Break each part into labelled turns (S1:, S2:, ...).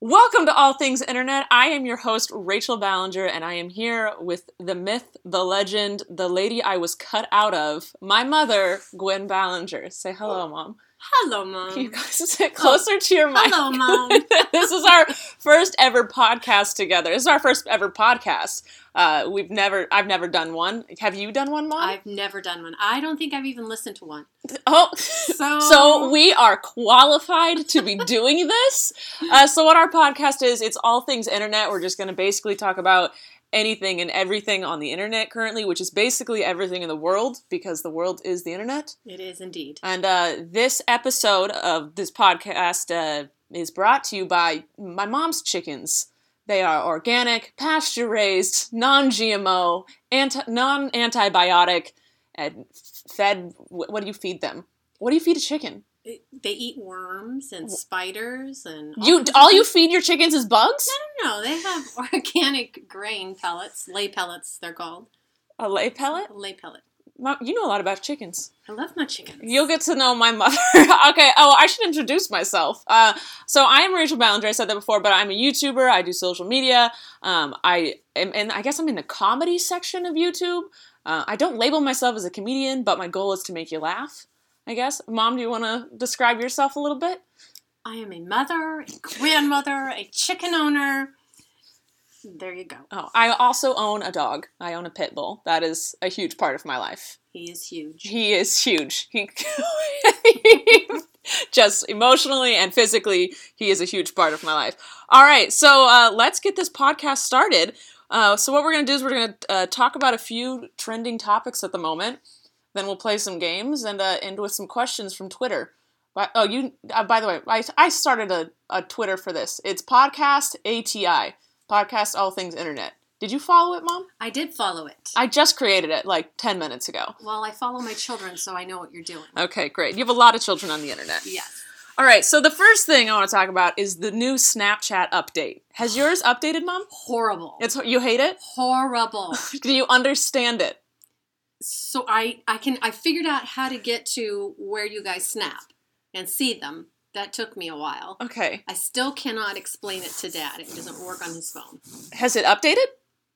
S1: Welcome to All Things Internet. I am your host, Rachel Ballinger, and I am here with the myth, the legend, the lady I was cut out of, my mother, Gwen Ballinger. Say hello, Mom.
S2: Hello, mom.
S1: Can you guys sit closer to your mic?
S2: Um, Hello, mom.
S1: this is our first ever podcast together. This is our first ever podcast. Uh, we've never, I've never done one. Have you done one, Mom?
S2: I've never done one. I don't think I've even listened to one.
S1: oh,
S2: So,
S1: So we are qualified to be doing this. Uh, so what our podcast is, it's all things internet. We're just going to basically talk about anything and everything on the internet currently, which is basically everything in the world because the world is the internet.
S2: it is indeed.
S1: And uh, this episode of this podcast uh, is brought to you by my mom's chickens. They are organic, pasture raised, non GMO, anti- non antibiotic, and f- fed. wh- What do you feed them? What do you feed a chicken?
S2: It- they eat worms and spiders and
S1: You
S2: kinds of
S1: all you
S2: things.
S1: feed your chickens is bugs?
S2: No, they have organic grain pellets, lay pellets. They're called
S1: A lay pellet?
S2: lay pellet.
S1: Mom, you know a lot about chickens.
S2: I love my chickens.
S1: You'll get to know my mother. okay. Oh, I should introduce myself. Uh, so I am Rachel Ballinger. I said that before, but I'm a YouTuber. I do social media. Um, I am, and I guess I'm in the comedy section of YouTube. Uh, I don't label myself as a comedian, but my goal is to make you laugh. I guess. Mom, do you want to describe yourself a little bit?
S2: I am a mother, a grandmother, a chicken owner. There you go.
S1: Oh, I also own a dog. I own a pit bull. That is a huge part of my life.
S2: He is huge.
S1: he is huge. He just emotionally and physically, he is a huge part of my life. All right, so uh, let's get this podcast started. Uh, so what we're gonna do is we're gonna uh, talk about a few trending topics at the moment. Then we'll play some games and uh, end with some questions from Twitter. By, oh, you. Uh, by the way, I, I started a, a Twitter for this. It's podcast ATI podcast all things internet. Did you follow it, Mom?
S2: I did follow it.
S1: I just created it like ten minutes ago.
S2: well, I follow my children, so I know what you're doing.
S1: Okay, great. You have a lot of children on the internet.
S2: Yes.
S1: All right, so the first thing I want to talk about is the new Snapchat update. Has yours updated, Mom?
S2: Horrible.
S1: It's you hate it?
S2: horrible.
S1: Do you understand it?
S2: so I I can I figured out how to get to where you guys snap and see them. That took me a while.
S1: Okay.
S2: I still cannot explain it to Dad. It doesn't work on his phone.
S1: Has it updated?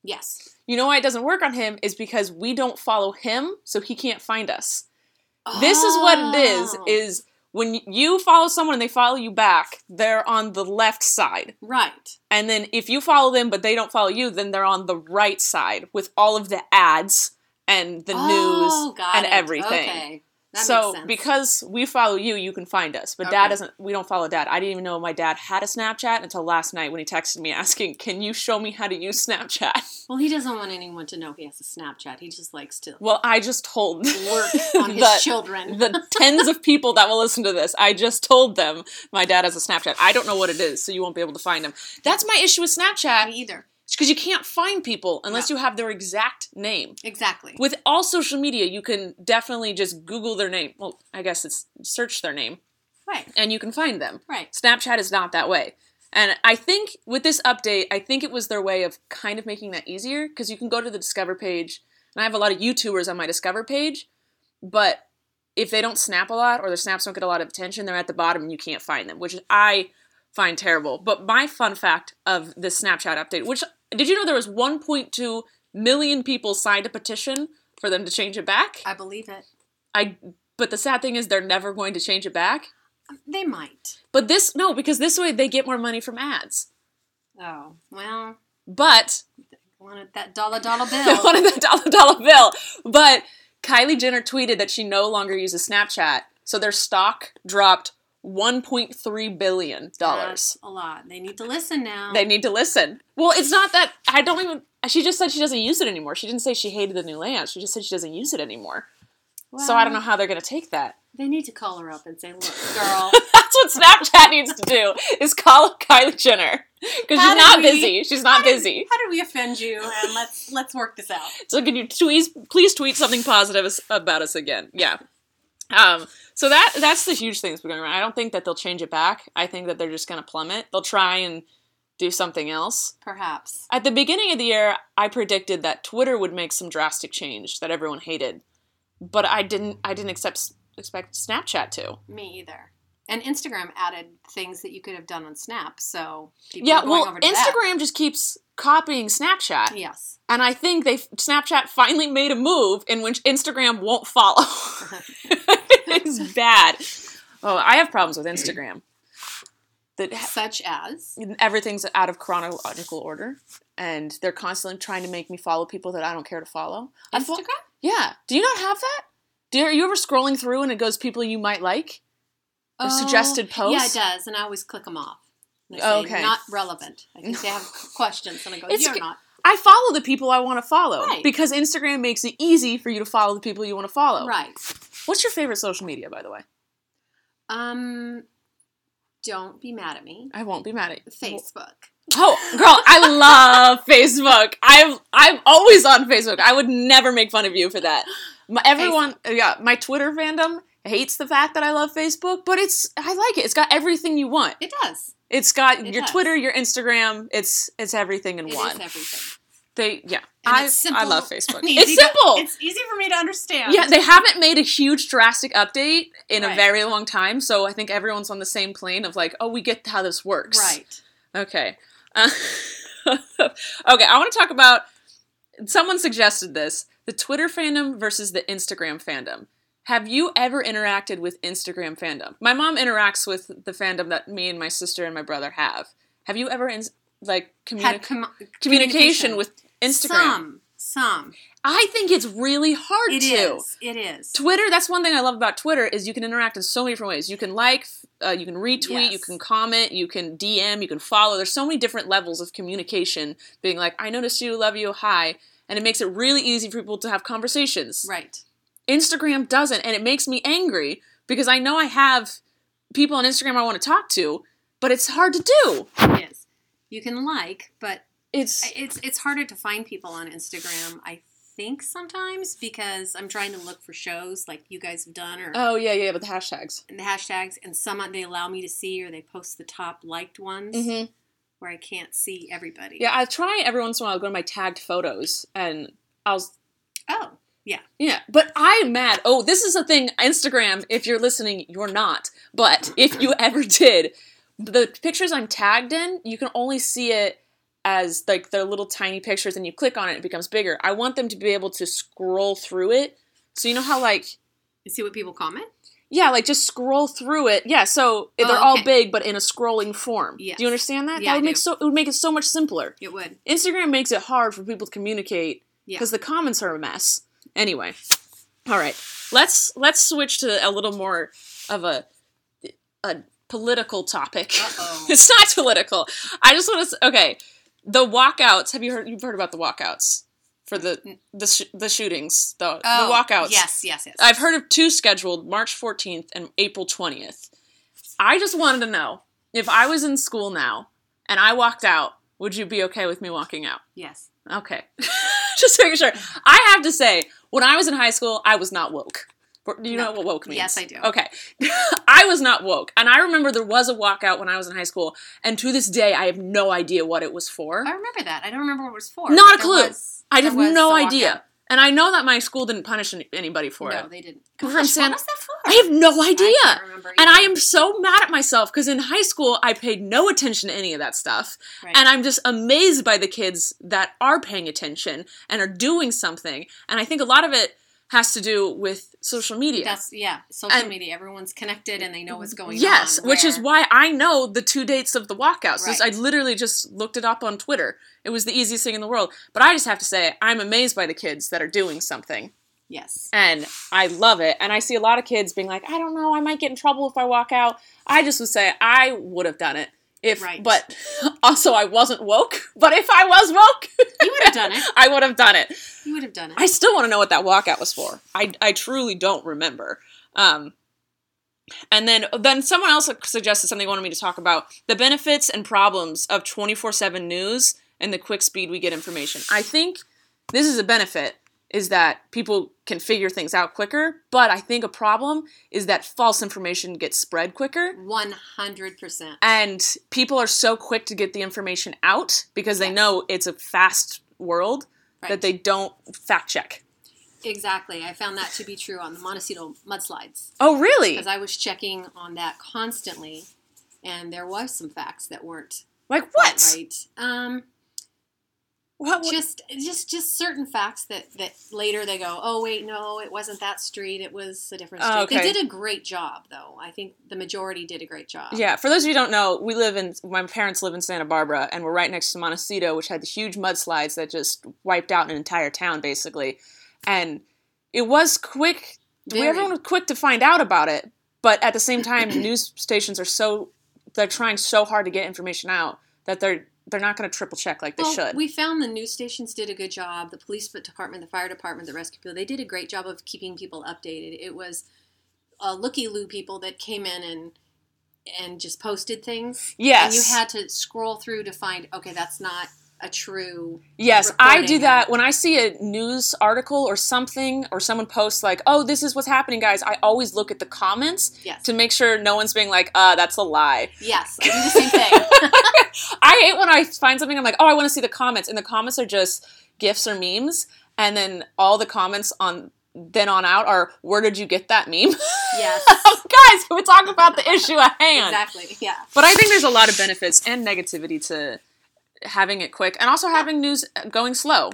S2: Yes.
S1: You know why it doesn't work on him is because we don't follow him, so he can't find us. This is what it is
S2: Oh.
S1: is when you follow someone and they follow you back, they're on the left side.
S2: right.
S1: And then if you follow them but they don't follow you, then they're on the right side with all of the ads and the
S2: Oh,
S1: news
S2: got
S1: and
S2: it.
S1: everything.
S2: Okay. That
S1: so
S2: makes sense.
S1: because we follow you, you can find us. But dad
S2: Okay.
S1: doesn't. We don't follow dad. I didn't even know my dad had a Snapchat until last night when he texted me asking, "Can you show me how to use Snapchat?"
S2: well, he doesn't want anyone to know he has a Snapchat. He just likes to
S1: Well, I just told
S2: work on his
S1: the,
S2: children.
S1: the tens of people that will listen to this. I just told them my dad has a Snapchat. I don't know what it is, so you won't be able to find him. That's my issue with
S2: Me
S1: Snapchat
S2: either.
S1: because you can't find people unless
S2: No.
S1: you have their exact name.
S2: Exactly.
S1: With all social media, you can definitely just Google their name. Well, I guess it's search their name
S2: right.
S1: and you can find them.
S2: Right.
S1: Snapchat is not that way. And I think with this update, I think it was their way of kind of making that easier because you can go to the Discover page, and I have a lot of YouTubers on my Discover page, but if they don't snap a lot or their snaps don't get a lot of attention, they're at the bottom and you can't find them, which I find terrible. But my fun fact of the Snapchat update, which did you know there was 1.2 million people signed a petition for them to change it back?
S2: I believe it.
S1: I but the sad thing is they're never going to change it back.
S2: They might.
S1: But this no, because this way they get more money from ads.
S2: Oh well.
S1: But
S2: Wanted that dollar dollar
S1: they
S2: bill.
S1: wanted the dollar dollar bill. But Kylie Jenner tweeted that she no longer uses Snapchat, so their stock dropped 1.3 billion dollars.
S2: That's a lot. They need to listen now.
S1: They need to listen. Well, it's not that I don't even. She just said she doesn't use it anymore. She didn't say she hated the new land. She just said she doesn't use it anymore. so I don't know
S2: Well,
S1: how they're gonna take that.
S2: They need to call her up and say, "Look, girl,
S1: That's what Snapchat needs to do: is call up Kylie Jenner.
S2: How
S1: she's
S2: did
S1: not
S2: we-
S1: busy. She's not busy.
S2: How did we offend you? And let's let's work this out.
S1: So can you tweeze, please tweet something positive as- about us again? Yeah. Um, so that that's the huge thing that's been going around. I don't think that they'll change it back. I think that they're just going to plummet. They'll try and do something else.
S2: Perhaps.
S1: At the beginning of the year, I predicted that Twitter would make some drastic change that everyone hated, but I didn't. I didn't accept, expect Snapchat to.
S2: Me either. And Instagram added things that you could have done on Snap, so people are
S1: yeah,
S2: going
S1: well,
S2: over to
S1: Instagram
S2: that.
S1: just keeps copying Snapchat,
S2: Yes.
S1: and I think they Snapchat finally made a move in which Instagram won't follow. it's bad. Oh, I have problems with Instagram. That
S2: Such as
S1: everything's out of chronological order, and they're constantly trying to make me follow people that I don't care to follow. I fo-
S2: Instagram?
S1: yeah. Do you not have that? Do you, are you ever scrolling through and it goes people you might like? The suggested
S2: oh, Yeah,
S1: posts?
S2: it does, and I always click them off. And I
S1: Oh,
S2: say,
S1: okay.
S2: Not relevant. I think they have questions, and I go,
S1: It's
S2: "You're
S1: g-
S2: not."
S1: I follow the people I want to follow
S2: Right.
S1: because Instagram makes it easy for you to follow the people you want to follow.
S2: Right.
S1: What's your favorite social media, by the way?
S2: Um, don't be mad at me.
S1: I won't be mad at you.
S2: Facebook.
S1: Oh, girl, I love Facebook. I'm I'm always on Facebook. I would never make fun of you for that. My, everyone, yeah, my Twitter fandom hates the fact that I love Facebook, but it's I like it. It's got everything you want.
S2: It does.
S1: It's got
S2: It
S1: your
S2: does.
S1: Twitter, your Instagram. It's it's everything in
S2: It is
S1: one.
S2: everything.
S1: They yeah.
S2: And
S1: I
S2: it's
S1: I
S2: simple
S1: love Facebook.
S2: and
S1: It's
S2: easy to-
S1: simple.
S2: it's easy for me to understand.
S1: yeah, they haven't made a huge drastic update in a
S2: Right.
S1: very long time, so I think everyone's on the same plane of like, oh, we get how this works.
S2: right.
S1: Okay. Uh, okay, I want to talk about someone suggested this, the Twitter fandom versus the Instagram fandom. Have you ever interacted with Instagram fandom? My mom interacts with the fandom that me and my sister and my brother have. Have you ever in, like communi-
S2: Had com-
S1: communication with Instagram?
S2: Some, some.
S1: I think it's really hard
S2: It
S1: to.
S2: is. It is.
S1: Twitter, that's one thing I love about Twitter is you can interact in so many different ways. You can like, uh, you can retweet,
S2: Yes.
S1: you can comment, you can DM, you can follow. There's so many different levels of communication being like, I noticed you, love you, hi. And it makes it really easy for people to have conversations.
S2: Right.
S1: Instagram doesn't, and it makes me angry because I know I have people on Instagram I want to talk to, but it's hard to do.
S2: It is. You can like, but
S1: It's
S2: it's it's harder to find people on Instagram. I think sometimes because I'm trying to look for shows like you guys have done or
S1: oh yeah, yeah, but the hashtags.
S2: and the hashtags, and some they allow me to see or they post the top liked ones
S1: Mm-hmm.
S2: where I can't see everybody.
S1: Yeah, I try every once in a while. I'll go to my tagged photos, and I'll
S2: Oh,
S1: Yeah, but I'm mad. Oh, this is a thing, Instagram, if you're listening, you're not. But if you ever did, the pictures I'm tagged in, you can only see it as like they're little tiny pictures and you click on it, it becomes bigger. I want them to be able to scroll through it. So you know how like
S2: you see what people comment.
S1: yeah, like just scroll through it. Yeah, so they're
S2: Oh,
S1: all
S2: okay.
S1: big but in a scrolling form.
S2: Yes.
S1: Do you understand that?
S2: Yeah,
S1: that
S2: I
S1: would make
S2: do.
S1: so it would make it so much simpler.
S2: It would.
S1: Instagram makes it hard for people to communicate
S2: Yeah.
S1: because the comments are a mess. Anyway, all right, let's let's switch to a little more of a a political topic.
S2: Uh-oh.
S1: it's not political. I just want to okay. The walkouts. Have you heard? You've heard about the walkouts for the the sh- the shootings. The, the walkouts.
S2: Oh. Yes, yes, yes.
S1: I've heard of two scheduled March 14th and April 20th. I just wanted to know if I was in school now and I walked out, would you be okay with me walking out?
S2: yes.
S1: Okay. just making sure. I have to say, when I was in high school, I was not woke. Do you know
S2: No.
S1: what woke means?
S2: Yes, I do.
S1: Okay. I was not woke. And I remember there was a walkout when I was in high school, and to this day, I have no idea what it was for.
S2: I remember that. I don't remember what it was for.
S1: Not a
S2: but there
S1: clue.
S2: was-
S1: I
S2: there
S1: have
S2: was
S1: no
S2: the walkout.
S1: idea. And I know that my school didn't punish any- anybody for
S2: No,
S1: it.
S2: they didn't.
S1: We're from
S2: Gosh,
S1: San-
S2: what was that for?
S1: I have no idea.
S2: can't remember
S1: and I
S2: either.
S1: am so mad at myself because in high school I paid no attention to any of that stuff.
S2: Right.
S1: And I'm just amazed by the kids that are paying attention and are doing something. And I think a lot of it has to do with social media.
S2: That's yeah. Social
S1: And-
S2: media. Everyone's connected and they know what's going on.
S1: yes, which is
S2: where-
S1: why I know the two dates of the walkouts. This-
S2: Right.
S1: I literally just looked it up on Twitter. It was the easiest thing in the world. But I just have to say, I'm amazed by the kids that are doing something.
S2: Yes.
S1: and I love it. And I see a lot of kids being like, I don't know, I might get in trouble if I walk out. I just would say I would have done it if,
S2: Right.
S1: but also I wasn't woke. But if I was woke,
S2: You would have done it.
S1: I would have done it.
S2: You would have done it.
S1: I still want to know what that walkout was for. I I truly don't remember. Um, And then then someone else suggested something they wanted me to talk about the benefits and problems of 24/7 news and the quick speed we get information. I think this is a benefit is that people can figure things out quicker, but I think a problem is that false information gets spread quicker.
S2: 100%.
S1: and people are so quick to get the information out because they
S2: Yes.
S1: know it's a fast world that
S2: Right.
S1: they don't fact check.
S2: Exactly. I found that to be true on the Montecito mudslides
S1: Oh, really?
S2: because I was checking on that constantly, and there was some facts that weren't
S1: Like
S2: quite
S1: what?
S2: right. Um,
S1: What? what-
S2: just just just certain facts that that later they go, oh wait, no, it wasn't that street. It was a different street.
S1: Oh, okay.
S2: They did a great job, though. I think the majority did a great job.
S1: Yeah. For those of you who don't know, we live in my parents live in Santa Barbara, and we're right next to Montecito, which had the huge mudslides that just wiped out an entire town basically, and it was quick.
S2: Very.
S1: Everyone was quick to find out about it, but at the same time, news stations are so they're trying so hard to get information out that they're they're not going to triple check like they
S2: Well,
S1: should.
S2: we found the news stations did a good job. The police department, the fire department, the rescue people—they did a great job of keeping people updated. It was uh, looky-loo people that came in and and just posted things.
S1: Yes.
S2: and you had to scroll through to find okay, that's not a true.
S1: Yes, I do
S2: reporting.
S1: that when I see a news article or something, or someone posts like, "Oh, this is what's happening, guys." I always look at the comments
S2: Yes,
S1: to make sure no one's being like, "Uh, that's a lie."
S2: yes, I do the same thing.
S1: I hate when I find something. I'm like, "Oh, I want to see the comments," and the comments are just gifs or memes, and then all the comments on then on out are, "Where did you get that meme?"
S2: yes,
S1: guys, we're talking about the issue at hand.
S2: exactly. Yeah,
S1: But I think there's a lot of benefits and negativity to having it quick, and also having news going slow.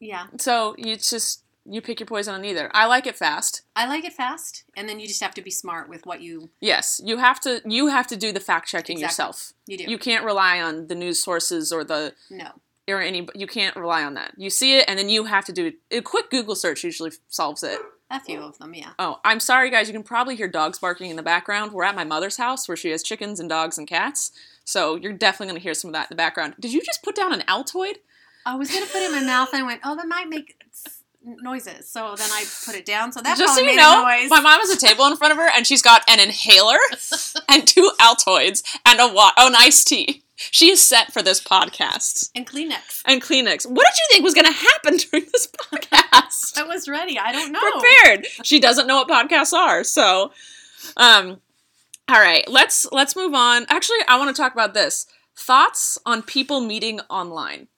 S2: yeah.
S1: So you just you pick your poison on either. I like it fast.
S2: I like it fast, and then you just have to be smart with what you
S1: Yes, you have to you have to do the fact checking
S2: Exactly.
S1: yourself.
S2: you do.
S1: You can't rely on the news sources or the
S2: no,
S1: or any you can't rely on that. You see it and then you have to do it. A quick Google search usually solves it.
S2: a few of them. Yeah.
S1: Oh, I'm sorry guys, you can probably hear dogs barking in the background. We're at my mother's house where she has chickens and dogs and cats. So you're definitely going to hear some of that in the background. Did you just put down an Altoid?
S2: I was gonna put it in my mouth, and I went, "Oh, that might make s- noises." So then I put it down. So that
S1: Just so
S2: probably
S1: you
S2: made
S1: know,
S2: a noise.
S1: my mom has a table in front of her, and she's got an inhaler and two Altoids and a wa- oh, an iced tea. She is set for this podcast
S2: and Kleenex.
S1: and Kleenex. What did you think was going to happen during this podcast?
S2: I was ready. I don't know.
S1: Prepared. She doesn't know what podcasts are, so. Um, all right, let's let's move on. Actually, I want to talk about this. Thoughts on people meeting online?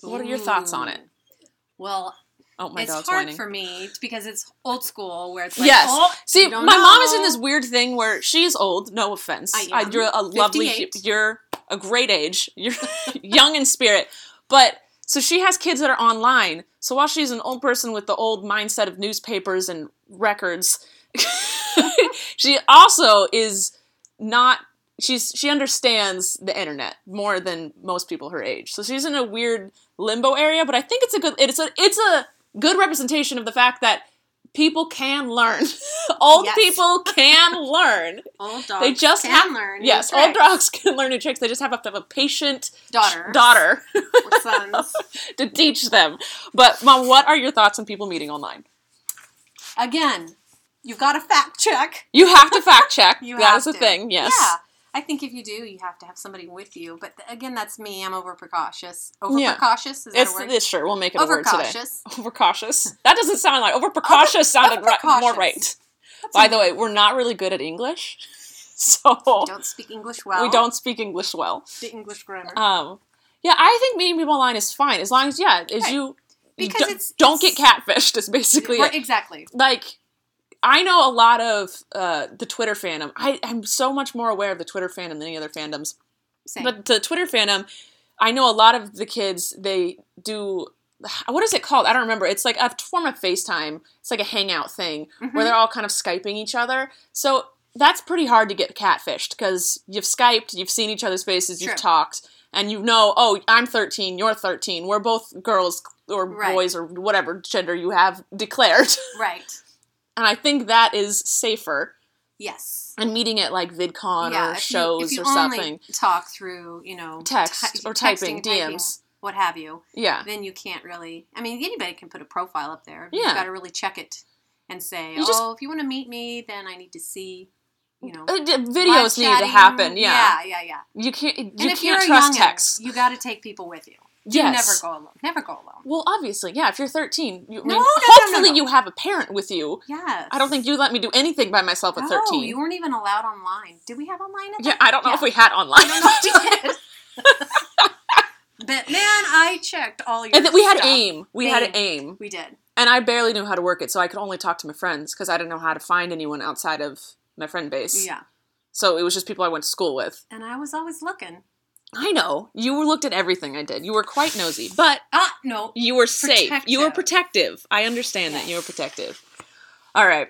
S1: What are your thoughts on it?
S2: Ooh. Well,
S1: Oh my
S2: it's
S1: dog's
S2: hard
S1: whining.
S2: for me it's because it's old school, where it's like,
S1: Yes.
S2: "Oh,
S1: See,
S2: you
S1: my
S2: don't
S1: mom is in
S2: know."
S1: this weird thing where she's old. No offense,
S2: I am.
S1: you're a lovely,
S2: 58.
S1: you're a great age. You're young in spirit, but so she has kids that are online. So while she's an old person with the old mindset of newspapers and records, she also is not. She's she understands the internet more than most people her age. So she's in a weird limbo area, but I think it's a good. It's a it's a good representation of the fact that people can learn. old
S2: Yes.
S1: people can learn.
S2: Old dogs.
S1: They just
S2: can
S1: have-
S2: learn. new
S1: yes, old
S2: tricks.
S1: dogs can learn new tricks. They just have to have a patient
S2: Daughters.
S1: daughter
S2: or sons.
S1: to teach them. But mom, what are your thoughts on people meeting online?
S2: Again, you've got to fact check.
S1: You have to fact check.
S2: You
S1: that
S2: have
S1: is a
S2: to.
S1: thing. Yes.
S2: Yeah. I think if you do, you have to have somebody with you. But th- again, that's me. I'm overprecautious.
S1: Yeah.
S2: Overprecautious is that
S1: It's,
S2: a word?
S1: it's sure we'll make it a word today.
S2: overcautious.
S1: Overcautious. That doesn't sound like overprecautious. Sounded Right, more
S2: overprecautious.
S1: right. By the way, we're not really good at English, so
S2: Don't speak English well.
S1: we don't speak English well.
S2: speak English grammar.
S1: Um, yeah, I think meeting people online is fine as long as yeah, as
S2: Right.
S1: you
S2: Because
S1: don't,
S2: it's-
S1: don't
S2: it's-
S1: get catfished is basically
S2: Right,
S1: it.
S2: exactly.
S1: like I know a lot of uh, the Twitter fandom. I am so much more aware of the Twitter fandom than any other fandoms.
S2: Same.
S1: But the Twitter fandom, I know a lot of the kids they do. What is it called? I don't remember. It's like a form of FaceTime. It's like a hangout thing
S2: Mhm.
S1: where they're all kind of skyping each other. So that's pretty hard to get catfished because you've skyped, you've seen each other's faces, you've
S2: True.
S1: talked, and you know, oh, I'm 13, you're 13. We're both girls or
S2: Right.
S1: boys or whatever gender you have declared.
S2: right.
S1: and I think that is safer.
S2: Yes.
S1: And meeting at like VidCon
S2: yeah.
S1: or
S2: if
S1: shows
S2: you, if you
S1: or
S2: only
S1: something,
S2: talk through, you know,
S1: text
S2: ty-
S1: or typing,
S2: texting, typing,
S1: DMs.
S2: what have you,
S1: Yeah.
S2: then you can't really. I mean, anybody can put a profile up there.
S1: Yeah.
S2: You've got to really check it. and say,
S1: You just-
S2: "Oh, if you want to meet me, then I need to see, you know."
S1: Uh, d-
S2: live
S1: videos need to
S2: chatting.
S1: happen. Yeah.
S2: yeah, yeah, yeah.
S1: you can't. You
S2: and if
S1: can't
S2: you're a
S1: trust
S2: youngin',
S1: texts.
S2: you got to take people with you. You
S1: Yes.
S2: never go alone. Never go alone.
S1: Well, obviously, yeah. If you're 13, you, I mean,
S2: No, no, no, no,
S1: hopefully
S2: no.
S1: you have a parent with you.
S2: Yes.
S1: I don't think you let me do anything by myself at
S2: no,
S1: 13.
S2: you weren't even allowed online. Did we have online? At
S1: yeah,
S2: that?
S1: I don't know if we had online.
S2: I don't know if we did. but man, I checked all your.
S1: and then we had
S2: stuff.
S1: AIM. We had
S2: AIM.
S1: an AIM.
S2: We did.
S1: and I barely knew how to work it, so I could only talk to my friends because I didn't know how to find anyone outside of my friend base.
S2: Yeah.
S1: So it was just people I went to school with.
S2: And I was always looking.
S1: I know you looked at everything I did. You were quite nosy, but
S2: Ah, no.
S1: you were safe. You were protective. I understand that
S2: Yes.
S1: you were protective. All right,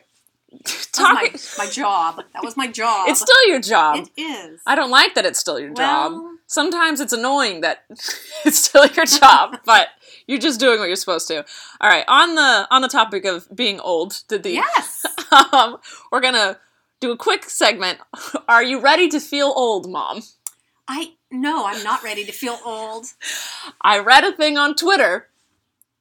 S2: That
S1: talking.
S2: was my, my job. That was my job.
S1: It's still your job.
S2: It is.
S1: I don't like that it's still your job.
S2: Well-
S1: Sometimes it's annoying that it's still your job, but you're just doing what you're supposed to. All right, on the on the topic of being old, did the
S2: Yes.
S1: um, we're gonna do a quick segment. Are you ready to feel old, Mom?
S2: I no, I'm not ready to feel old.
S1: I read a thing on Twitter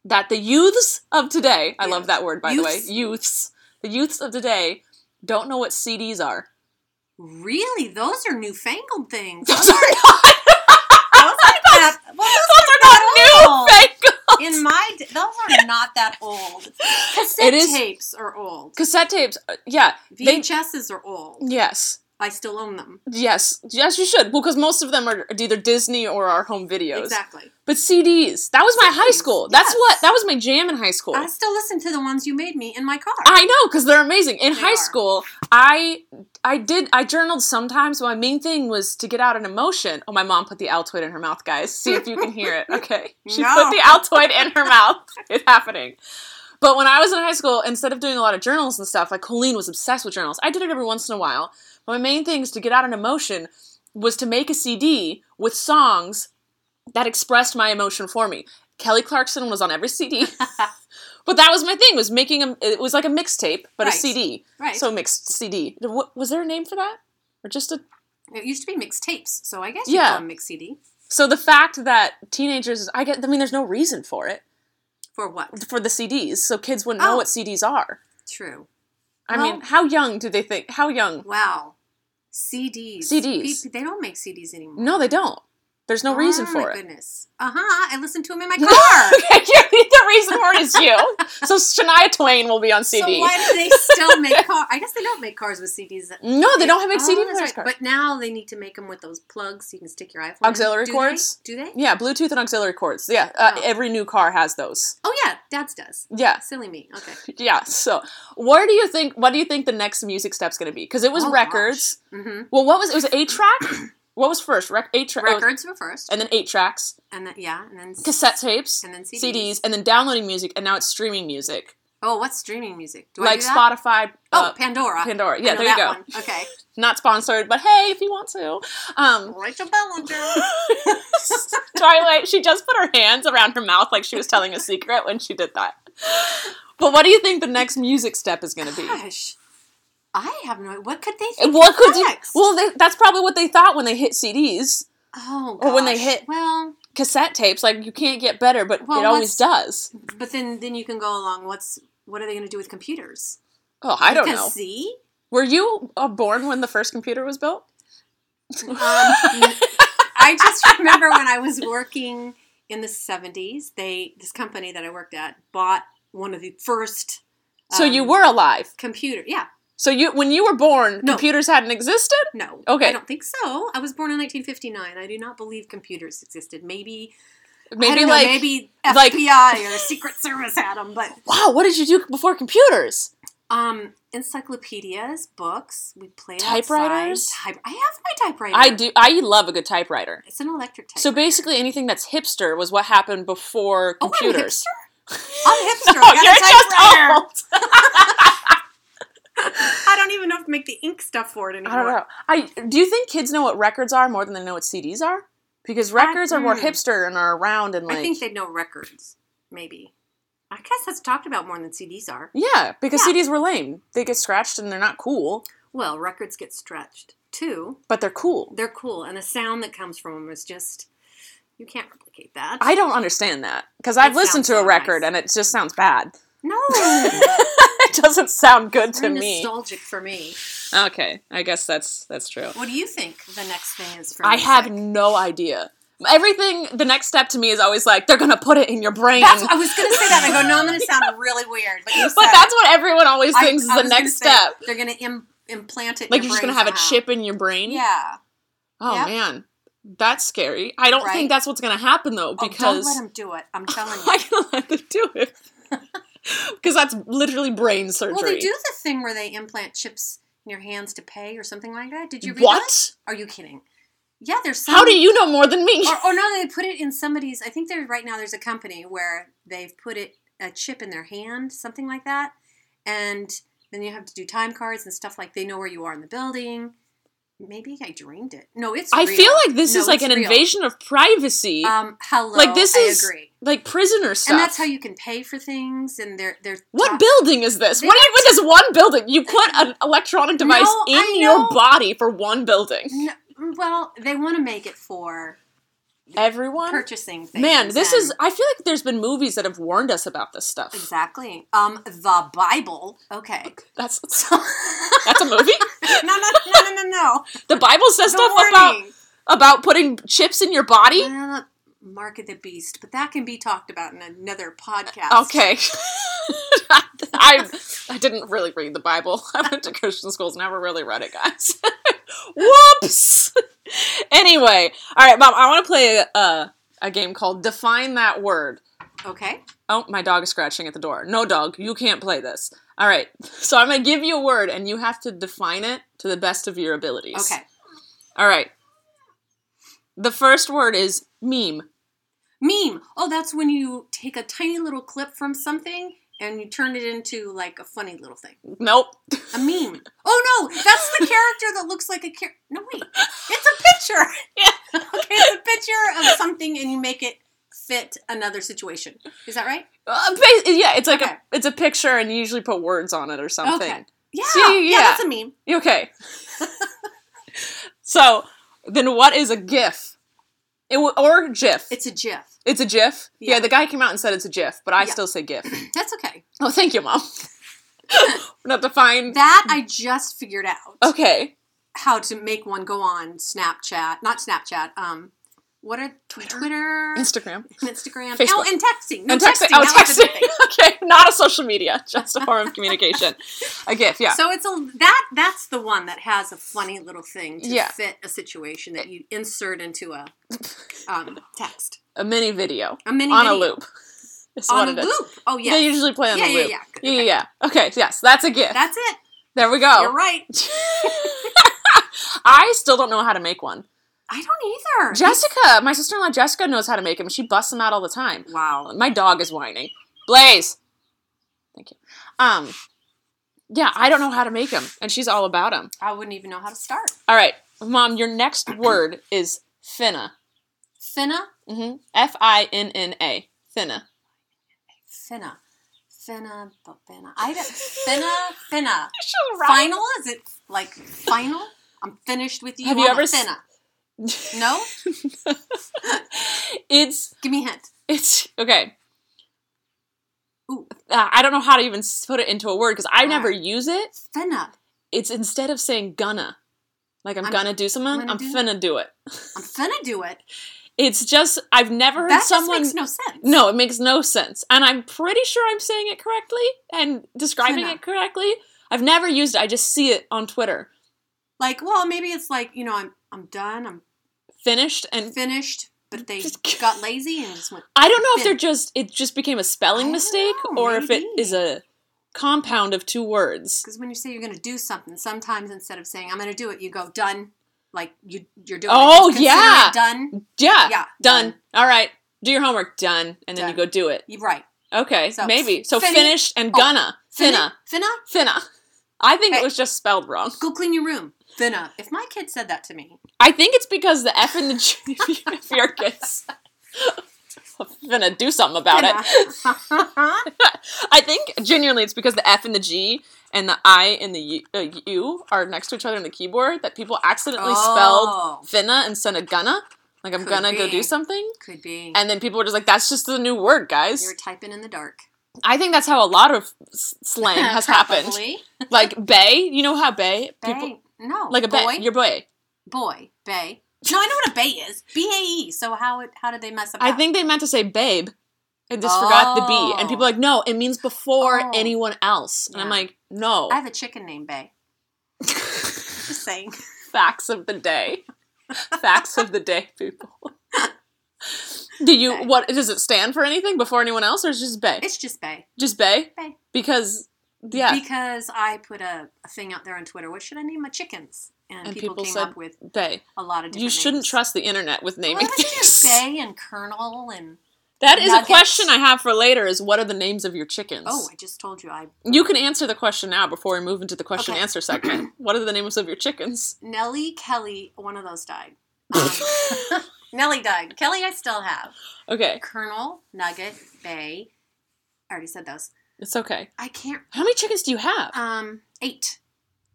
S1: that the youths of today, I love
S2: Yes.
S1: that word by
S2: Youths.
S1: the way, youths, the youths of today don't know what CDs are.
S2: Really, those are newfangled things.
S1: Those are not,
S2: Those aren't that- well,
S1: those
S2: those
S1: are
S2: old.
S1: not new, thank God.
S2: In my, d- those are not that old. Cassette
S1: It is-
S2: tapes are old.
S1: Cassette tapes, uh, yeah, they,
S2: VHSs are old.
S1: yes,
S2: I still own them.
S1: yes, yes, you should. Well, because most of them are either Disney or our home videos.
S2: Exactly.
S1: But CDs, that was my high
S2: CDs,
S1: school. That's
S2: yes.
S1: what, that was my jam in high school.
S2: I still listen to the ones you made me in my car.
S1: I know because they're amazing. In
S2: They
S1: high
S2: are.
S1: school, I I did I journaled sometimes. My main thing was to get out an emotion. Oh, my mom put the Altoid in her mouth, guys. See if you can hear it. Okay, she
S2: No.
S1: put the Altoid in her mouth. It's happening. But when I was in high school, instead of doing a lot of journals and stuff, like Colleen was obsessed with journals. I did it every once in a while. But my main thing is to get out an emotion was to make a CD with songs that expressed my emotion for me. Kelly Clarkson was on every CD. But that was my thing was making a. It was like a mixtape, but a
S2: Right.
S1: CD.
S2: right.
S1: So mixed CD. What, was there a name for that, or just a?
S2: it used to be mixed tapes, so I guess you
S1: Yeah.
S2: call them mixed CD.
S1: So the fact that teenagers, I get. I mean, there's no reason for it
S2: For what?
S1: for the CDs, so kids wouldn't know
S2: Oh.
S1: what CDs are.
S2: True.
S1: I
S2: Well-
S1: mean, how young do they think? How young?
S2: Wow. CDs.
S1: CDs.
S2: Pe- They don't make CDs anymore.
S1: No, they don't. There's no reason
S2: oh,
S1: for
S2: my
S1: it.
S2: goodness. Uh huh. I listened to them in my car.
S1: Okay, the reason for it is you. So Shania Twain will be on CD.
S2: So why do they still make cars? I guess they don't make cars with CDs.
S1: no, they don't have a CD
S2: Oh, that's
S1: players.
S2: right.
S1: card.
S2: But now they need to make them with those plugs so you can stick your iPhone. in.
S1: Auxiliary
S2: Do
S1: cords?
S2: They? Do they?
S1: yeah, Bluetooth and auxiliary cords. Yeah, uh,
S2: Oh.
S1: every new car has those.
S2: Oh yeah, Dad's does.
S1: Yeah.
S2: Silly me. Okay.
S1: yeah so where do you think what do you think the next music step's going to be because it was
S2: Oh,
S1: records
S2: hmm
S1: well what was it was eight track what was first Rec- eight track
S2: Records were first,
S1: and then eight tracks
S2: and then yeah, and then s-
S1: cassette tapes
S2: and then CDs.
S1: CDs and then downloading music, and now it's streaming music
S2: Oh, what's streaming music? Do I
S1: like
S2: do that?
S1: Spotify.
S2: Oh,
S1: uh,
S2: Pandora.
S1: Pandora.
S2: I
S1: Yeah,
S2: know
S1: there you
S2: that
S1: go.
S2: One. Okay.
S1: Not sponsored, but hey, if you want to, um,
S2: Rachel Bellinger.
S1: Twilight. She just put her hands around her mouth like she was telling a secret when she did that. But what do you think the next music step is going to be?
S2: Gosh, I have no. What could they?
S1: And
S2: Think
S1: What could you?
S2: next?
S1: Well, they, that's probably what they thought when they hit CDs,
S2: Oh,
S1: or when they
S2: gosh.
S1: hit-
S2: Well,
S1: cassette tapes. Like you can't get better, but
S2: Well,
S1: it always
S2: what's-
S1: does.
S2: but then then you can go along. What's what are they going to do with computers?
S1: Oh, I don't know.
S2: Because see,
S1: Were you uh, born when the first computer was built?
S2: Um, I just remember when I was working in the seventies, they this company that I worked at bought one of the first.
S1: so
S2: um,
S1: you were alive.
S2: computer? Yeah,
S1: So you, when you were born,
S2: No.
S1: computers hadn't existed.
S2: no.
S1: Okay.
S2: I don't think so. I was born in 1959. I do not believe computers existed. Maybe maybe I
S1: Maybe
S2: don't know,
S1: like,
S2: maybe
S1: like-
S2: FBI or the Secret Service had them, but
S1: wow, what did you do before computers?
S2: um, encyclopedias, books. We played
S1: Typewriters?
S2: outside. Type- I have my typewriter.
S1: I do. I love a good typewriter.
S2: It's an electric typewriter.
S1: So basically, anything that's hipster was what happened before
S2: Oh, I'm
S1: computers.
S2: I'm
S1: No,
S2: hipster. I got a
S1: you're just
S2: typewriter.
S1: old.
S2: I don't even know if make the ink stuff for it anymore.
S1: I don't know. I do you think kids know what records are more than they know what CDs are? Because records are more
S2: mm.
S1: hipster and are around and like
S2: I think they know records, maybe. I guess that's talked about more than CDs are.
S1: yeah, because
S2: Yeah.
S1: CDs were lame. They get scratched and they're not cool,
S2: Well, records get stretched. Two,
S1: but they're cool.
S2: they're cool, and the sound that comes from them is just you can't replicate that.
S1: I don't understand that because I've
S2: It
S1: listened
S2: sounds
S1: to a
S2: so
S1: record
S2: nice.
S1: and it just sounds bad.
S2: no,
S1: it doesn't sound good to
S2: Very
S1: me.
S2: nostalgic for me.
S1: Okay, I guess that's that's true.
S2: What do you think the next thing is for
S1: I have
S2: music?
S1: no idea. Everything the next step to me is always like they're gonna put it in your brain.
S2: That's, I was going to say that. I go, no, I'm going to sound really weird. But, you
S1: but
S2: said
S1: that's what everyone always
S2: it. I-
S1: thinks
S2: I
S1: is
S2: was
S1: the
S2: gonna
S1: next
S2: say
S1: step.
S2: They're going to Im- implant it. in
S1: Like
S2: your
S1: you're just
S2: brain
S1: gonna have a
S2: somehow.
S1: chip in your brain.
S2: Yeah.
S1: Oh
S2: Yep.
S1: man, that's scary. I don't
S2: Right.
S1: think that's what's gonna happen though
S2: Oh,
S1: because
S2: don't let him do it. I'm telling you.
S1: I can let them do it because that's literally brain surgery.
S2: Well, they do the thing where they implant chips in your hands to pay or something like that. Did you read
S1: What?
S2: that? Are you kidding? Yeah, there's some.
S1: How do you know more than me?
S2: Um, Or, or no, they put it in somebody's. I think there right now there's a company where they've put it a chip in their hand, something like that, and then you have to do time cards and stuff like they know where you are in the building. Maybe I dreamed it. No, it's.
S1: I
S2: real.
S1: feel like this
S2: No,
S1: is like
S2: it's
S1: an
S2: real.
S1: invasion of privacy,
S2: Um, hello.
S1: Like, this
S2: I
S1: is
S2: agree.
S1: like prisoner stuff.
S2: And that's how you can pay for things, and they're they're
S1: What
S2: talk-
S1: building is this? What do you with this one building? You put an electronic device
S2: No,
S1: in
S2: I
S1: your
S2: know.
S1: body for one building.
S2: No, mm, well, they want to make it for
S1: Everyone?
S2: purchasing things.
S1: Man, this
S2: and-
S1: is I feel like there's been movies that have warned us about this stuff.
S2: exactly um the Bible. Okay,
S1: That's
S2: so
S1: that's a movie?
S2: no, no, no, no, no, no.
S1: the Bible says
S2: The
S1: stuff about
S2: warning.
S1: about putting chips in your body?
S2: Uh, Mark of the Beast, but that can be talked about in another podcast.
S1: Okay. I I didn't really read the Bible. I went to Christian schools, never really read it, guys. Whoops. anyway, all right, mom, I want to play a a game called Define That Word.
S2: Okay.
S1: Oh, my dog is scratching at the door. No dog, you can't play this. All right. So I'm going to give you a word and you have to define it to the best of your abilities.
S2: Okay.
S1: All right. The first word is meme.
S2: Meme. Oh, that's when you take a tiny little clip from something and you turn it into like a funny little thing.
S1: Nope.
S2: A meme. Oh no, that's the character that looks like a character. No wait, it's a picture.
S1: Yeah.
S2: Okay, it's a picture of something and you make it fit another situation. Is that right?
S1: Uh, ba- yeah, it's like
S2: Okay.
S1: a it's a picture, and you usually put words on it or something.
S2: Okay. Yeah,
S1: See,
S2: yeah,
S1: yeah.
S2: that's a meme.
S1: You Okay. so then, what is a GIF? It w- or GIF?
S2: It's a GIF.
S1: It's a GIF. Yeah.
S2: Yeah.
S1: the guy came out and said it's a GIF, but I
S2: Yeah.
S1: still say GIF.
S2: That's okay.
S1: Oh, thank you, mom. We're not defined.
S2: That I just figured out
S1: Okay,
S2: how to make one go on Snapchat, not Snapchat. Um, what are Twitter,
S1: Instagram
S2: Instagram,
S1: Facebook.
S2: oh, and texting. No,
S1: and texting.
S2: texting.
S1: Oh,
S2: That was a
S1: texting.
S2: big thing.
S1: okay, not a social media, just a form of communication. a GIF. Yeah.
S2: So it's a that that's the one that has a funny little thing to
S1: Yeah.
S2: fit a situation that you insert into a um, text.
S1: a mini video
S2: A mini
S1: on a
S2: video.
S1: loop. Is
S2: On
S1: what
S2: a
S1: it is.
S2: loop. Oh yeah.
S1: They usually play on
S2: Yeah,
S1: the
S2: yeah,
S1: loop.
S2: yeah.
S1: Yeah, yeah, yeah. Okay, yes, that's a gift.
S2: That's it.
S1: there we go.
S2: You're right.
S1: I still don't know how to make one.
S2: I don't either.
S1: Jessica, my sister-in-law Jessica knows how to make them. She busts them out all the time.
S2: Wow.
S1: My dog is whining. Blaze. Thank you. Um yeah, I don't know how to make them and she's all about them.
S2: I wouldn't even know how to start.
S1: All right. Mom, your next word is finna.
S2: Finna,
S1: Mhm. F I N N A. Finna.
S2: finna, finna, but finna. I don't. Finna, finna.
S1: Fine.
S2: Final? Is it like final? I'm finished with you.
S1: Have you
S2: I'm a
S1: ever s-
S2: finna? no.
S1: It's
S2: Give me a hint.
S1: It's okay.
S2: Ooh.
S1: Uh, I don't know how to even s- put it into a word because I never
S2: Alright.
S1: use it.
S2: Finna.
S1: It's instead of saying gonna, like I'm,
S2: I'm
S1: gonna do something,
S2: gonna
S1: I'm
S2: do-
S1: finna do it.
S2: I'm finna do it.
S1: It's just I've never heard
S2: That
S1: someone.
S2: just makes no sense.
S1: no, it makes no sense, and I'm pretty sure I'm saying it correctly and describing
S2: Finna.
S1: it correctly. I've never used it. I just see it on Twitter.
S2: Like, well, maybe it's like you know, I'm I'm done. I'm
S1: Finished and
S2: finished. But they
S1: Just-
S2: got lazy and just went.
S1: I don't know if
S2: Fin-
S1: they're just it just became a
S2: I
S1: spelling
S2: don't
S1: mistake
S2: know,
S1: or if it
S2: maybe.
S1: is a compound of two words.
S2: Because when you say you're going to do something, sometimes instead of saying I'm going to do it, you go done. Like you, you're doing. it.
S1: Oh,
S2: Consider it
S1: yeah.
S2: done.
S1: Yeah.
S2: Yeah,
S1: Done.
S2: done.
S1: All right. Do your homework. Done. And then you go
S2: Done.
S1: do it.
S2: You're right.
S1: Okay.
S2: So,
S1: maybe. So
S2: fini-
S1: finished and
S2: oh,
S1: gonna. Finna.
S2: Finna.
S1: Finna. I think
S2: Hey.
S1: it was just spelled wrong.
S2: Go clean your room. Finna. If my kid said that to me,
S1: I think it's because the F and the G of your kids. Finna do something about it.
S2: finna.
S1: I think genuinely it's because the F and the G and the I and the U, uh, U are next to each other on the keyboard that people accidentally
S2: Oh.
S1: spelled finna instead of gonna. Like I'm
S2: Could
S1: gonna go
S2: be.
S1: do something,
S2: could be.
S1: and then people were just like, "That's just the new word, guys."
S2: you were typing in the dark.
S1: I think that's how a lot of s- slang has happened.
S2: Probably.
S1: Like bay, you know how bay people
S2: Bay. No.
S1: like a
S2: boy.
S1: bay, your boy.
S2: boy. Bay. No, I know what a bay is. B A E. So how it, how did they mess up?
S1: I
S2: that?
S1: think they meant to say babe. and just forgot the B. And
S2: Oh.
S1: people are like, no, it means before
S2: Oh.
S1: anyone else. And I'm
S2: Yeah.
S1: like, no.
S2: I have a chicken named Bay. Just saying.
S1: Facts of the day. Facts of the day, people. Do you
S2: Bae.
S1: what does it stand for anything before anyone else or is it just Bay?
S2: It's just Bay.
S1: just Bay?
S2: Bae.
S1: Because yeah,
S2: Because I put a, a thing out there on Twitter. What should I name my chickens? And,
S1: And
S2: people,
S1: people
S2: came
S1: said
S2: up with
S1: Bay.
S2: a lot of different
S1: You shouldn't
S2: names.
S1: trust the internet with
S2: Well,
S1: naming
S2: it's
S1: things.
S2: just Bay and Colonel and
S1: That is
S2: Nuggets.
S1: a question I have for later is what are the names of your chickens?
S2: oh, I just told you I
S1: You can answer the question now before we move into the question and
S2: Okay.
S1: answer segment. what are the names of your chickens?
S2: Nellie Kelly. One of those died. Um, Nellie died. Kelly, I still have.
S1: Okay,
S2: Colonel Nugget Bay. I already said those.
S1: it's okay.
S2: I can't.
S1: How many chickens do you have?
S2: Um, eight.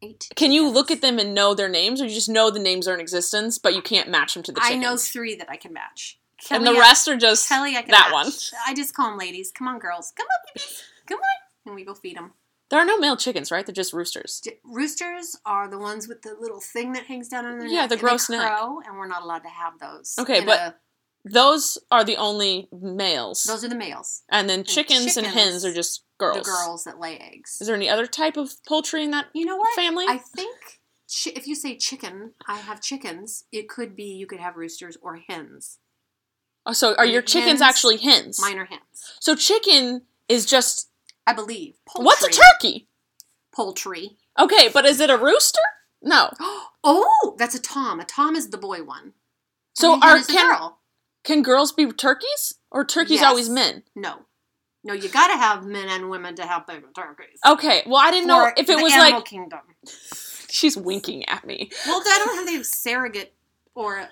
S2: Eight.
S1: Can you
S2: chickens.
S1: look at them and know their names, or you just know the names are in existence, but you can't match them to the
S2: I
S1: chickens?
S2: know three that I can match.
S1: and
S2: Kelly,
S1: the
S2: I-
S1: rest are just
S2: Kelly, I can
S1: that
S2: match.
S1: one.
S2: I just call them ladies. Come on, girls. Come on, babies. Come on. And we go feed them.
S1: There are no male chickens, right? They're just roosters.
S2: Roosters are the ones with the little thing that hangs down on their
S1: Yeah,
S2: neck
S1: the
S2: and
S1: gross
S2: they
S1: neck.
S2: crow, and we're not allowed to have those.
S1: Okay,
S2: in
S1: but-
S2: a-
S1: Those are the only males,
S2: those are the males,
S1: and then chickens and,
S2: chickens,
S1: hens are just girls.
S2: the girls that lay eggs.
S1: Is there any other type of poultry in that
S2: You know what?
S1: family?
S2: I think chi- if you say chicken, I have chickens. It could be you could have roosters or hens.
S1: Oh, so are your chickens
S2: Hens.
S1: actually hens?
S2: Mine are hens,
S1: So chicken is just
S2: I believe. Poultry.
S1: what's a turkey?
S2: Poultry.
S1: Okay, but is it a rooster? No.
S2: Oh, that's a tom. A tom is the boy one.
S1: So
S2: And a hen
S1: are
S2: is the
S1: can
S2: girl.
S1: Can girls be turkeys? Or turkeys
S2: Yes.
S1: always men?
S2: No. No, you gotta have men and women to have baby turkeys.
S1: Okay. Well, I didn't Oh, know
S2: For
S1: if it
S2: the
S1: was
S2: animal
S1: like
S2: kingdom.
S1: she's winking at me.
S2: Well, I don't have the surrogate or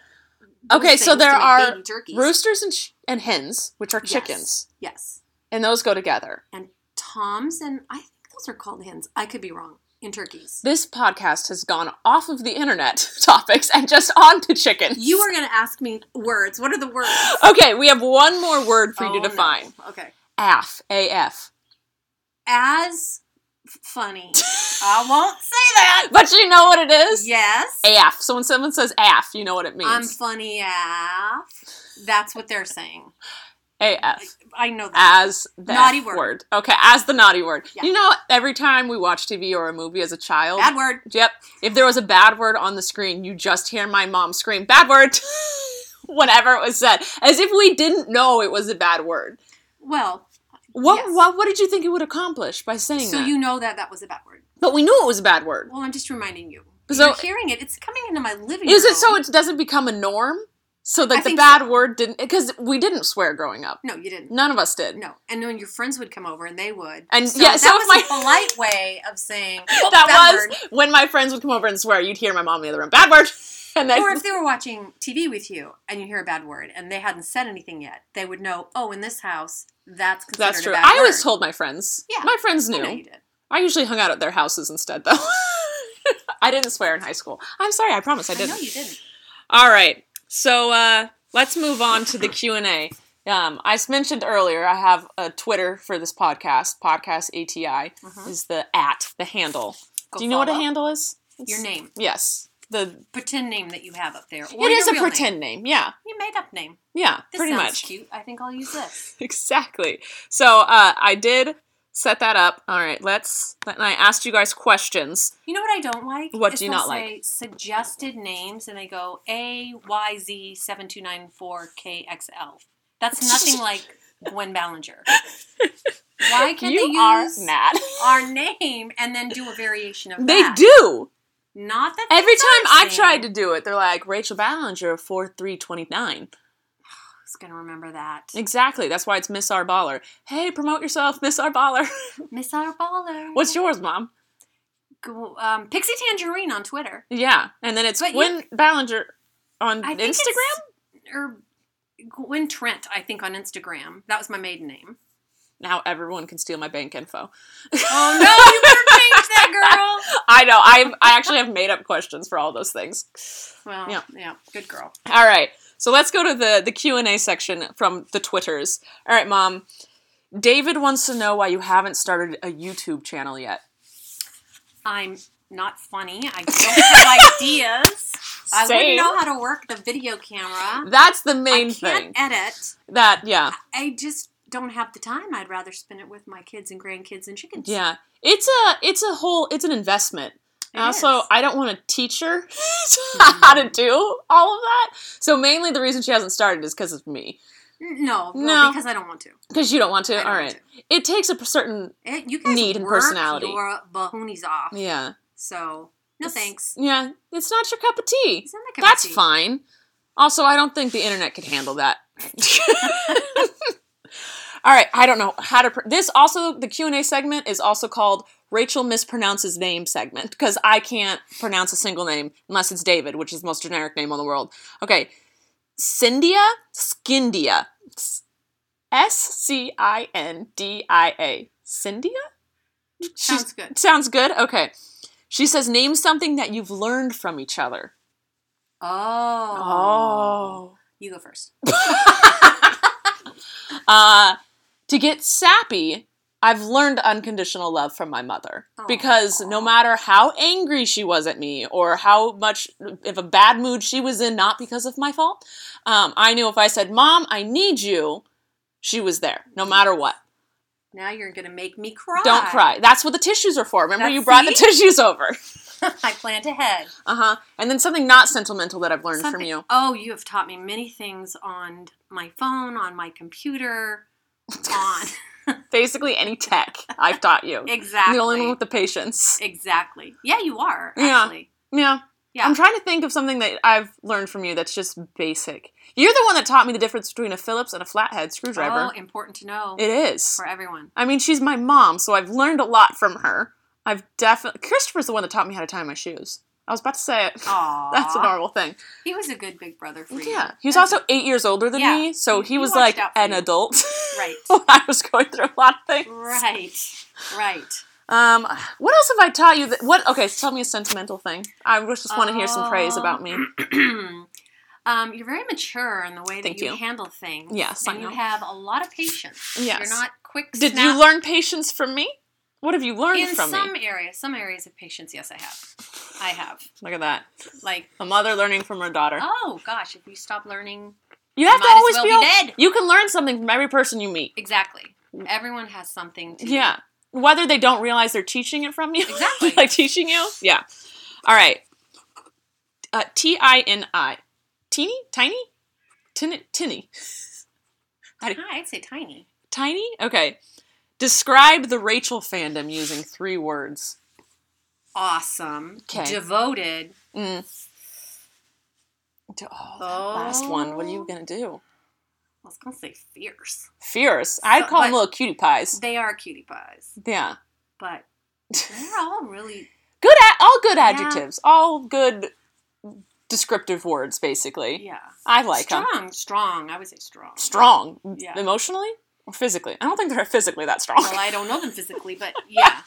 S2: those
S1: Okay, so
S2: things
S1: there
S2: to make
S1: are
S2: baby turkeys.
S1: Roosters and sh- and hens, which are
S2: Yes.
S1: chickens,
S2: Yes,
S1: and those go together.
S2: toms and I think those are called hens. I could be wrong. In turkeys,
S1: This podcast has gone off of the internet topics and just on to chickens.
S2: you are gonna ask me words. What are the words
S1: Okay, we have one more word for you
S2: Oh,
S1: to
S2: no.
S1: define.
S2: Okay,
S1: AF. AF.
S2: as f- funny. I won't say that.
S1: But you know what it is?
S2: Yes,
S1: AF. So when someone says AF, you know what it
S2: I'm
S1: means.
S2: funny. Af. That's what they're saying.
S1: AF.
S2: I know that.
S1: as the
S2: Naughty
S1: F
S2: word.
S1: Okay, as the naughty word.
S2: Yeah.
S1: You know, every time we watch TV or a movie as a child,
S2: Bad word.
S1: yep. If there was a bad word on the screen, you just hear my mom scream "bad word" whenever it was said, as if we didn't know it was a bad word.
S2: Well,
S1: What
S2: Yes.
S1: what, what did you think it would accomplish by saying
S2: so
S1: that?
S2: you know that that was a bad word.
S1: but we knew it was a bad word.
S2: Well, I'm just reminding you.
S1: So-
S2: You're hearing it. It's coming into my living room.
S1: Is it so it doesn't become a norm? So
S2: I
S1: like the
S2: think
S1: bad
S2: so.
S1: word didn't because we didn't swear growing up.
S2: No, you didn't.
S1: None of us did.
S2: No. And when your friends would come over and they would.
S1: And
S2: So
S1: yeah,
S2: that
S1: so if
S2: was
S1: my
S2: a polite way of saying "Oh,
S1: that
S2: bad
S1: was
S2: word."
S1: when my friends would come over and swear. You'd hear my mom in the other room, bad word, and then
S2: Or if they were watching TV with you and you hear a bad word and they hadn't said anything yet, they would know. Oh, in this house, that's considered
S1: that's true.
S2: a bad
S1: I always
S2: word."
S1: told my friends.
S2: Yeah.
S1: my friends
S2: I
S1: knew.
S2: know you did.
S1: I usually hung out at their houses instead, though. I didn't swear in high school. I'm sorry. I promise I
S2: I know
S1: didn't.
S2: you didn't.
S1: All right. So uh, let's move on to the Q and A. Um, I s- mentioned earlier I have a Twitter for this podcast. Podcast ATI
S2: Mhm.
S1: is the at the handle.
S2: Go
S1: Do you know what a
S2: follow
S1: handle is? It's-
S2: Your name,
S1: Yes. The
S2: pretend name that you have up there. Or
S1: it
S2: your
S1: is a
S2: real name.
S1: pretend name. Yeah.
S2: You made up name.
S1: Yeah.
S2: This
S1: pretty
S2: sounds
S1: much.
S2: cute. I think I'll use this.
S1: exactly. So uh, I did set that up. All right, let's. And I asked you guys questions.
S2: You know what I don't like?
S1: What
S2: Is
S1: do you
S2: they'll
S1: not like?
S2: say Suggested names, and they go A Y Z seven two nine four K X L. That's nothing like Gwen Ballinger. Why can't
S1: you
S2: they
S1: are
S2: use
S1: mad.
S2: our name and then do a variation of
S1: they
S2: that?
S1: do.
S2: Not that
S1: Every
S2: that's
S1: time
S2: our
S1: I've
S2: name.
S1: tried to do it, they're like Rachel Ballinger four three twenty nine.
S2: Who's gonna remember that?
S1: Exactly. That's why it's Miss R Baller. Hey, promote yourself, Miss R Baller.
S2: Miss Our Baller.
S1: What's yours, Mom?
S2: Go- um, Pixie Tangerine on Twitter?
S1: Yeah, and then it's
S2: But you-
S1: Gwen Ballinger on
S2: I think
S1: Instagram.
S2: it's- or Gwen Trent? I think on Instagram. That was my maiden name.
S1: Now everyone can steal my bank info.
S2: Oh no! You better change that, girl.
S1: I know. I I actually have made up questions for all those things.
S2: Well,
S1: Yeah.
S2: yeah, good girl.
S1: All right. So let's go to the the Q and A section from the Twitters. All right, Mom. David wants to know why you haven't started a YouTube channel yet.
S2: I'm not funny. I don't have ideas. I
S1: Same.
S2: wouldn't know how to work the video camera.
S1: That's the
S2: I
S1: main thing.
S2: can't edit.
S1: That yeah.
S2: I just don't have the time. I'd rather spend it with my kids and grandkids and chickens.
S1: Yeah. It's a it's a whole it's an investment.
S2: It
S1: And also,
S2: is.
S1: I don't want a teacher how to do all of that. So mainly the reason she hasn't started is because of me.
S2: no,
S1: No.
S2: no, because I don't want to.
S1: Because you don't want to.
S2: I don't
S1: all
S2: want
S1: right. It takes a certain
S2: It, you guys
S1: Need and
S2: work
S1: personality.
S2: your bahonies off.
S1: yeah.
S2: So no
S1: It's-
S2: thanks.
S1: Yeah, it's not your cup of tea.
S2: It's not my cup of
S1: That's
S2: tea.
S1: fine. Also, I don't think the internet could handle that. All right, I don't know how to. Pr- this also the Q and A segment is also called Rachel mispronounces name segment because I can't pronounce a single name unless it's David, which is the most generic name on the world. Okay, Cindia, Skindia, S C I N D I A, Cindia. She's-
S2: Sounds good.
S1: Sounds good. Okay. She says, name something that you've learned from each other.
S2: Oh. You go first.
S1: Uh, to get sappy, I've learned unconditional love from my mother because no
S2: Aw.
S1: matter how angry she was at me or how much of a bad mood she was in, not because of my fault, um, I knew if I said, "Mom, I need you," she was there no matter what.
S2: Now you're gonna make me cry.
S1: Don't cry. That's what the tissues are for. Remember,
S2: That's-
S1: you brought the
S2: see?
S1: tissues over.
S2: I plant ahead.
S1: Uh huh. And then something not sentimental that I've learned from
S2: Something-
S1: you.
S2: Oh, you have taught me many things on my phone, on my computer, on
S1: basically any tech I've taught you. I'm
S2: exactly.
S1: the only one with the patience.
S2: exactly. Yeah, you are.
S1: Yeah.
S2: Actually.
S1: Yeah.
S2: Yeah.
S1: I'm trying to think of something that I've learned from you that's just basic. You're the one that taught me the difference between a Phillips and a flathead screwdriver.
S2: Oh, important to know
S1: it is.
S2: for everyone.
S1: I mean, she's my mom, so I've learned a lot from her. I've definitely Christopher's the one that taught me how to tie my shoes. I was about to say it.
S2: Aw.
S1: That's a normal thing.
S2: He was a good big brother for you.
S1: Yeah. He was
S2: That's
S1: also eight years older than
S2: Yeah.
S1: me, so
S2: He-
S1: he
S2: he
S1: was
S2: watched
S1: like
S2: out for
S1: an
S2: you.
S1: adult
S2: right.
S1: when I was going through a lot of things.
S2: Right. Right.
S1: Um, what else have I taught you? That, what? Okay, so tell me a sentimental thing. I was- just want to hear some praise
S2: Uh,
S1: about me.
S2: um, you're very mature in the way that
S1: Thank
S2: you,
S1: you.
S2: handle things.
S1: Yes, I
S2: and
S1: know.
S2: you have a lot of patience.
S1: Yes.
S2: You're not quick.
S1: Did
S2: snap-
S1: you learn patience from me? What have you learned
S2: in
S1: from
S2: some
S1: me?
S2: areas? Some areas of patience, yes, I have. I have.
S1: Look at that,
S2: Like,
S1: a mother learning from her daughter.
S2: oh gosh, if you stop learning,
S1: you have
S2: might
S1: to
S2: as
S1: always
S2: well
S1: be
S2: be
S1: al-
S2: dead.
S1: You can learn something from every person you meet.
S2: exactly. Everyone has something to.
S1: Yeah, whether they don't realize they're teaching it from you,
S2: Exactly.
S1: like teaching you. Yeah. All right. Uh, T I N I, teeny, tiny, tinny, tinny.
S2: Hi, I'd say tiny.
S1: Tiny? Okay. Describe the Rachel fandom using three words.
S2: Awesome.
S1: 'Kay.
S2: Devoted.
S1: Mm. D- Oh, that last one. What are you
S2: Oh.
S1: going to do?
S2: I was gonna say fierce.
S1: Fierce. I'd
S2: So-
S1: call them
S2: but-
S1: little cutie pies.
S2: They are cutie pies,
S1: Yeah.
S2: but they're all really
S1: Good at all good
S2: Yeah.
S1: adjectives. All good descriptive words basically.
S2: yeah.
S1: I like them.
S2: strong, strong. I would say strong.
S1: Strong.
S2: Yeah.
S1: Emotionally? Or physically? I don't think they're physically that strong.
S2: Well, I don't know them physically, but yeah.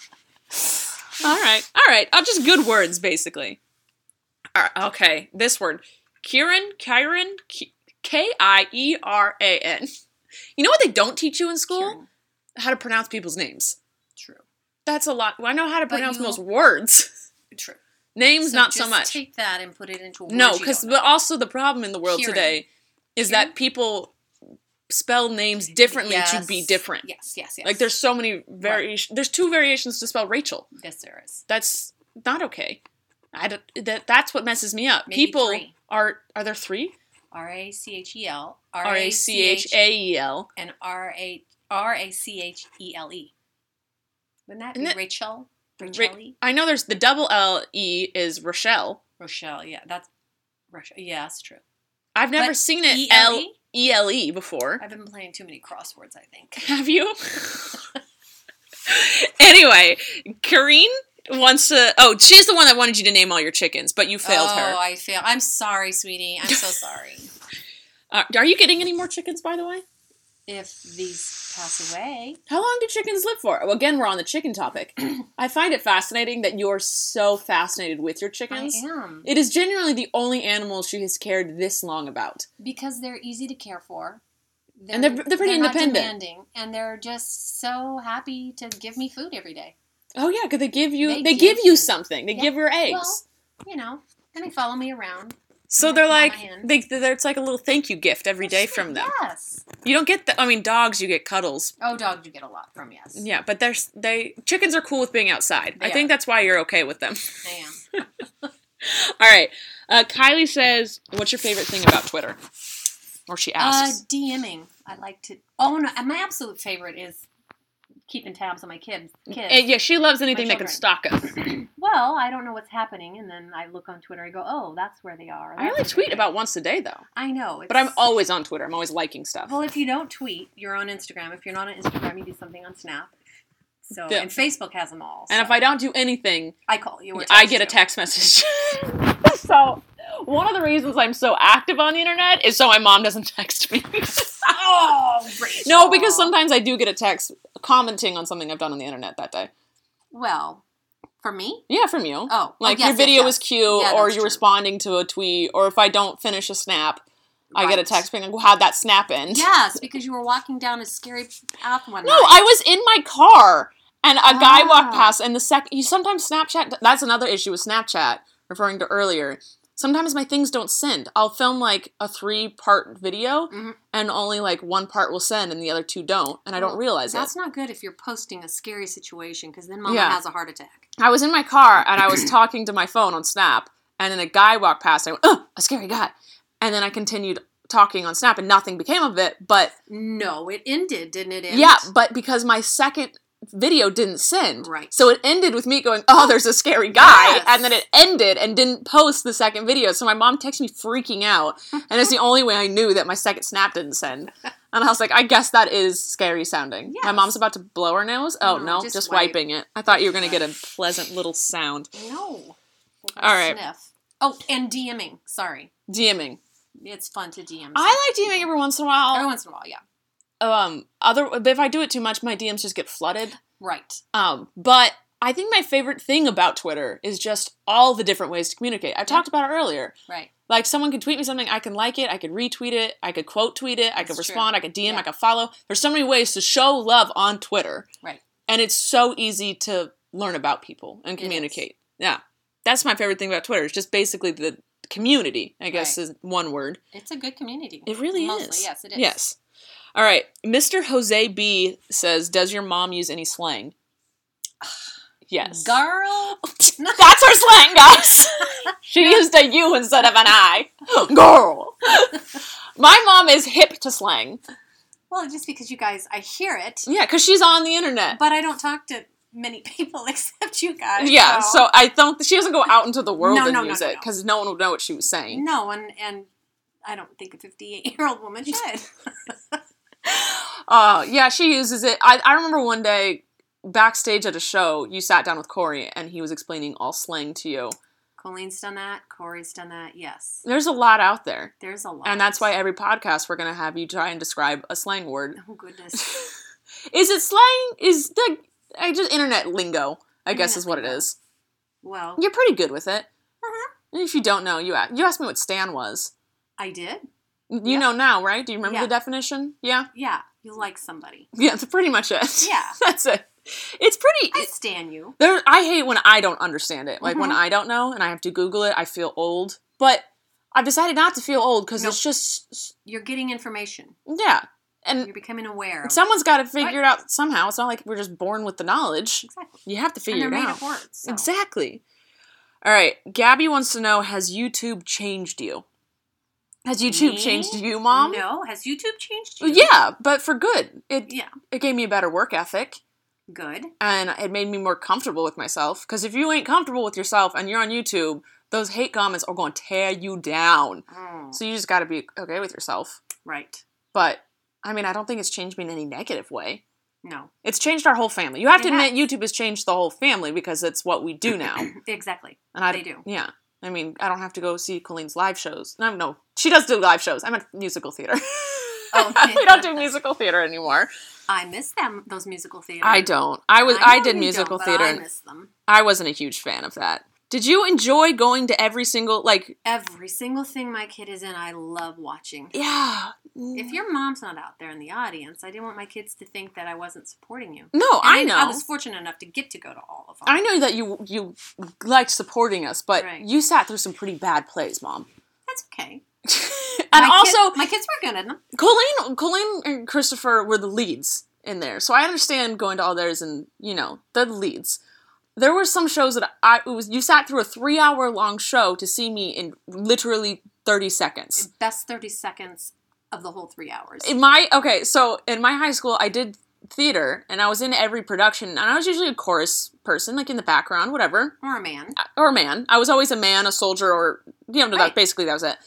S1: All right, all right. Uh, just good words, basically. All right, okay, this word, Kieran, Kieran, K I E R A N. You know what they don't teach you in school?
S2: Karen,
S1: How to pronounce people's names.
S2: True.
S1: That's a lot. Well, I know how to
S2: But
S1: pronounce
S2: you-
S1: most words.
S2: True.
S1: names,
S2: So
S1: not so
S2: just
S1: much.
S2: Take that and put it into a word
S1: no,
S2: you
S1: because
S2: don't
S1: but also the problem in the world
S2: Kieran.
S1: today is
S2: Kieran?
S1: that people spell names
S2: know.
S1: differently to be
S2: Yes,
S1: different.
S2: Yes, yes, yes.
S1: Like there's so many variations. There's two variations to spell Rachel.
S2: yes, there is.
S1: that's not okay. I don't, that that's what messes me up.
S2: Maybe
S1: People
S2: three.
S1: are are there three?
S2: R a c h e l
S1: R A C H A E L.
S2: and R a r a c h e l e. Wouldn't that
S1: Isn't
S2: be
S1: it-
S2: Rachel?
S1: Ra-
S2: Rachel?
S1: I know there's the double L E is Rochelle.
S2: Rochelle? Yeah, that's Rochelle. Yeah, that's true.
S1: I've never
S2: But
S1: seen it L
S2: E-L-E?
S1: E L E before.
S2: I've been playing too many crosswords. I think.
S1: Have you? anyway, Kareen wants to. Oh, she's the one that wanted you to name all your chickens, but you failed
S2: oh,
S1: her.
S2: I failed. I'm sorry, sweetie. I'm so sorry.
S1: Uh, are you getting any more chickens, by the way?
S2: if these pass away,
S1: How long do chickens live for? Well, again, we're on the chicken topic. I find it fascinating that you're so fascinated with your chickens.
S2: I am
S1: It is genuinely the only animal she has cared this long about.
S2: because they're easy to care for. They're,
S1: And they're- they're pretty
S2: not
S1: independent.
S2: demanding, and they're just so happy to give me food every day.
S1: Oh yeah, because they give you they,
S2: They
S1: give
S2: give
S1: you
S2: you-
S1: something. They
S2: Yeah.
S1: give her eggs.
S2: Well, you know, and they follow me around
S1: so
S2: yeah,
S1: they're
S2: mama
S1: like
S2: hen.
S1: they they're, it's like a little thank you gift every day
S2: Sure,
S1: from them.
S2: Yes.
S1: You don't get the I mean dogs you get cuddles.
S2: Oh, dog, you get a lot from yes.
S1: Yeah, but there's they chickens are cool with being outside. I
S2: They
S1: think
S2: are.
S1: that's why you're okay with them.
S2: I am.
S1: All right. Uh, Kylie says, "What's your favorite thing about Twitter?" Or she
S2: Uh,
S1: asks.
S2: DMing. I like to. Oh no, and my absolute favorite is keeping tabs on my kids. Kids.
S1: Eh, yeah, she loves anything that can
S2: children.
S1: stalk us.
S2: well, I don't know what's happening, and then I look on Twitter. I go, oh, that's where they are.
S1: I only
S2: That's
S1: tweet
S2: where they
S1: about once a day though,
S2: are. I know,
S1: but I'm
S2: it's-
S1: always on Twitter. I'm always liking stuff.
S2: Well, if you don't tweet, you're on Instagram. If you're not on Instagram, you do something on Snap. So
S1: Yeah.
S2: and Facebook has them all.
S1: and if
S2: so
S1: I don't do anything,
S2: I call you. or
S1: I get a
S2: you.
S1: text message. so, one of the reasons I'm so active on the internet is so my mom doesn't text me.
S2: Oh, Rachel.
S1: no, because sometimes I do get a text commenting on something I've done on the internet that day.
S2: Well, for me.
S1: Yeah, from you.
S2: Oh,
S1: like
S2: oh, yes,
S1: your video
S2: yes,
S1: was cute,
S2: Yeah,
S1: or
S2: that's
S1: you're
S2: true.
S1: responding to a tweet, or if I don't finish a snap, I get a
S2: Right.
S1: text being like, well, "How'd that snap end?"
S2: Yes, because you were walking down a scary path one
S1: No,
S2: night.
S1: I was in my car and a guy walked
S2: Ah.
S1: past, and the sec you sometimes Snapchat that's another issue with Snapchat, referring to earlier. Sometimes my things don't send. I'll film like a three part video
S2: Mhm.
S1: and only like one part will send and the other two don't, and I don't
S2: Well,
S1: realize it.
S2: That's not good if you're posting a scary situation because then mama
S1: Yeah.
S2: has a heart attack.
S1: I was in my car and I was talking to my phone on Snap, and then a guy walked past. I went, "Oh, a scary guy," and then I continued talking on Snap, and nothing became of it. But
S2: No, it ended, didn't it? End?
S1: yeah, but because my second video didn't send,
S2: Right.
S1: So it ended with me going, "Oh, there's a scary guy,"
S2: Yes.
S1: and then it ended and didn't post the second video. So my mom texted me freaking out, and it's the only way I knew that my second Snap didn't send. And I was like, "I guess that is scary sounding." My
S2: Yes.
S1: mom's about to blow her nose. Oh
S2: No,
S1: no, just,
S2: just wipe.
S1: wiping it. I thought you were gonna get a pleasant little sound.
S2: No.
S1: All right.
S2: Sniff. Oh, and DMing. Sorry,
S1: DMing.
S2: it's fun to DM.
S1: I like DMing every once in a
S2: every
S1: while.
S2: once in a while. Yeah.
S1: Um, other but if I do it too much, my DMs just get flooded.
S2: Right.
S1: Um, but I think my favorite thing about Twitter is just all the different ways to communicate. I talked about it earlier.
S2: Right.
S1: Like someone could tweet me something, I can like it, I could retweet it, I could quote tweet it, I could
S2: That's true.
S1: respond, I could DM, I
S2: Yeah.
S1: could follow. There's so many ways to show love on Twitter.
S2: Right.
S1: And it's so easy to learn about people and
S2: It is.
S1: communicate. Yeah. That's my favorite thing about Twitter. It's just basically the community, I guess
S2: Right.
S1: is one word.
S2: It's a good community.
S1: It really
S2: Mostly,
S1: is.
S2: Yes, it is.
S1: Yes. All right. Mr. Jose B says, Does your mom use any slang? Yes.
S2: Girl.
S1: That's her slang, guys. she used a U instead of an I. Girl. My mom is hip to slang.
S2: Well, just because you guys, I hear it,
S1: Yeah, because she's on the internet.
S2: but I don't talk to many people except you guys.
S1: Yeah, so I don't. She doesn't go out into the world
S2: No,
S1: and
S2: no, no,
S1: use
S2: no,
S1: it
S2: no.
S1: because no one will know what she was saying.
S2: no, and and I don't think a 58 year old woman should.
S1: Uh, yeah, she uses it. I, I remember one day backstage at a show, you sat down with Corey and he was explaining all slang to you.
S2: Colleen's done that. Corey's done that. Yes.
S1: There's a lot out there.
S2: There's a lot.
S1: And that's why every podcast we're gonna have you try and describe a slang word.
S2: Oh goodness.
S1: Is it slang? Is the I just internet lingo? I guess
S2: Internet
S1: is what it
S2: lingo.
S1: is.
S2: Well,
S1: You're pretty good with it.
S2: Uh-huh.
S1: And If you don't know, you asked, you asked me what stan was.
S2: I did.
S1: You
S2: Yeah.
S1: know now, right? Do you remember
S2: Yeah.
S1: the definition? Yeah,
S2: Yeah, you like somebody.
S1: yeah, that's pretty much it.
S2: Yeah.
S1: that's it. It's pretty. e,
S2: I stan you.
S1: There, I hate when I don't understand it. Like when
S2: Mhm.
S1: I don't know and I have to Google it, I feel old. But I've decided not to feel old because it's just
S2: You're getting information.
S1: yeah. Mm. And
S2: You're becoming aware. Of
S1: Someone's got to figure it out somehow. It's not like we're just born with the knowledge.
S2: exactly.
S1: You have to
S2: And
S1: figure
S2: they're
S1: it
S2: made
S1: out.
S2: of words. so-
S1: Exactly. All right. Gabby wants to know Has YouTube changed you? Has YouTube
S2: Me?
S1: changed you, mom?
S2: No, has YouTube changed
S1: Well,
S2: you?
S1: Yeah, but for good. It,
S2: Yeah.
S1: it gave me a better work ethic
S2: Good.
S1: and it made me more comfortable with myself. Because if you ain't comfortable with yourself and you're on YouTube, those hate comments are going to tear you down.
S2: Oh,
S1: So you just got to be okay with yourself.
S2: right.
S1: But I mean, I don't think it's changed me in any negative way.
S2: No.
S1: It's changed our whole family. You have to
S2: It
S1: admit, YouTube has changed the whole family because it's what we do now. And
S2: Exactly.
S1: I
S2: They do.
S1: Yeah. I mean, I don't have to go see Colleen's live shows. No, no, she does do live shows. I meant musical theater.
S2: Oh.
S1: we don't do musical theater anymore.
S2: I miss them. Those musical theater.
S1: I don't. I was. I,
S2: know
S1: did
S2: you
S1: musical
S2: don't, but
S1: theater,
S2: I
S1: and
S2: miss them.
S1: I wasn't a huge fan of that. Did you enjoy going to every single like?
S2: Every single thing my kid is in, I love watching.
S1: Yeah.
S2: If your mom's not out there in the audience, I didn't want my kids to think that I wasn't supporting you.
S1: no,
S2: And
S1: I know.
S2: I was fortunate enough to get to go to all of them.
S1: I know that you you liked supporting us, but
S2: Right.
S1: you sat through some pretty bad plays, mom.
S2: That's okay.
S1: and
S2: My kid-
S1: also,
S2: my kids were good at them.
S1: Colleen, Colleen and Christopher were the leads in there, so I understand going to all theirs and you know the leads. There were some shows that I it was you sat through a three hour long show to see me in literally thirty seconds.
S2: Best 30 seconds of the whole three hours.
S1: In my okay, so in my high school, I did theater and I was in every production, and I was usually a chorus person, like in the background, whatever.
S2: or a man.
S1: or a man. I was always a man, a soldier, or you know, that
S2: Right.
S1: basically that was it.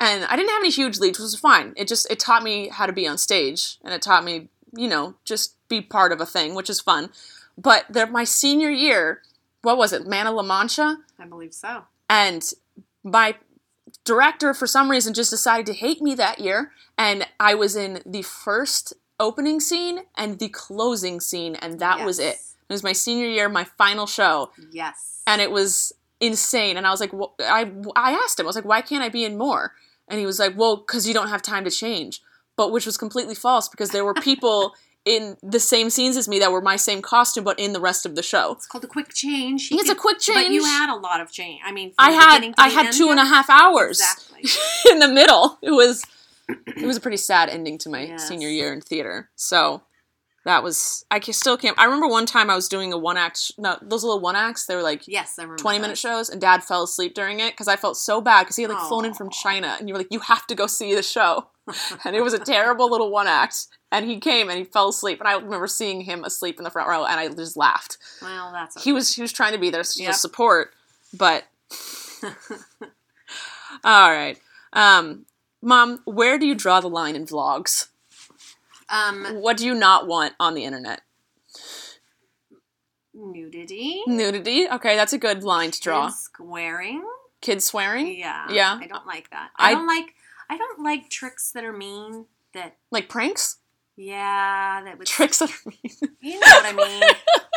S1: And I didn't have any huge leads, which was fine. It just it taught me how to be on stage, and it taught me, you know, just be part of a thing, which is fun. But there, my senior year, what was it, Man of La Mancha,
S2: I believe so.
S1: and my director for some reason just decided to hate me that year, and I was in the first opening scene and the closing scene, and that was it.
S2: Yes.
S1: It was my senior year, my final show,
S2: Yes.
S1: and it was insane. And I was like, wh- I I asked him, I was like, why can't I be in more? And he was like, well, because you don't have time to change. But which was completely false because there were people in the same scenes as me that were my same costume, but in the rest of the show.
S2: it's called a quick change. He
S1: It's a
S2: could-
S1: quick change.
S2: But you had a lot of change. I mean, from
S1: I
S2: the
S1: had
S2: beginning to
S1: I
S2: the
S1: had
S2: end,
S1: two and
S2: yeah.
S1: a half hours
S2: Exactly.
S1: in the middle. It was it was a pretty sad ending to my
S2: Yes.
S1: senior year in theater. So that was I ca- still can't. I remember one time I was doing a one act. sh- No, those little one acts. They were like
S2: Yes, I remember.
S1: 20 minute
S2: that.
S1: shows and dad fell asleep during it because i felt so bad because he had like flown in from
S2: Aw.
S1: china and you were like you have to go see the show and it was a terrible little one act and he came and he fell asleep and i remember seeing him asleep in the front row and i just laughed
S2: Well, that's okay.
S1: he was he was trying to be there to
S2: Yep.
S1: support but all right um mom where do you draw the line in vlogs
S2: um,
S1: what do you not want on the internet
S2: nudity.
S1: nudity okay that's a good line to draw
S2: Kids swearing.
S1: kids swearing
S2: Yeah.
S1: Yeah.
S2: I don't like that.
S1: I-
S2: I, don't like. I don't like tricks that are mean. That
S1: like pranks
S2: yeah. That would
S1: tricks that are mean
S2: You know what I mean?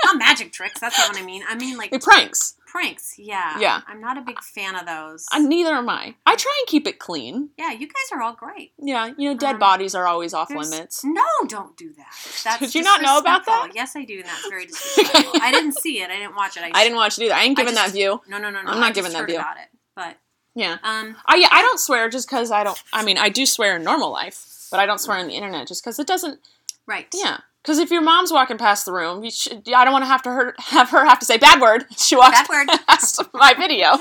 S2: not magic tricks. That's not what I mean. I mean like
S1: Like, pranks
S2: pranks. Yeah.
S1: Yeah.
S2: I'm not a big fan of those.
S1: Uh, neither am I. I try and keep it clean.
S2: yeah. You guys are all great.
S1: Yeah, you know, dead
S2: Um,
S1: bodies are always off
S2: There's-
S1: limits.
S2: No, don't do that. That's
S1: Did you not know about that?
S2: disrespectful. Yes, I do, and that's very disrespectful. I didn't see it. I didn't watch it. I,
S1: I didn't watch it either. I ain't
S2: I
S1: giving that
S2: just-
S1: view.
S2: No, no, no, no.
S1: I'm
S2: I
S1: not
S2: just
S1: giving that
S2: heard
S1: deal.
S2: about it. But
S1: Yeah.
S2: um,
S1: I yeah, I don't swear just because I don't. I mean, I do swear in normal life, but I don't swear on the internet just because it doesn't.
S2: right.
S1: Yeah. Because if your mom's walking past the room, you should, I don't want to have to her, have her have to say bad word. She walks
S2: Bad word.
S1: past my video.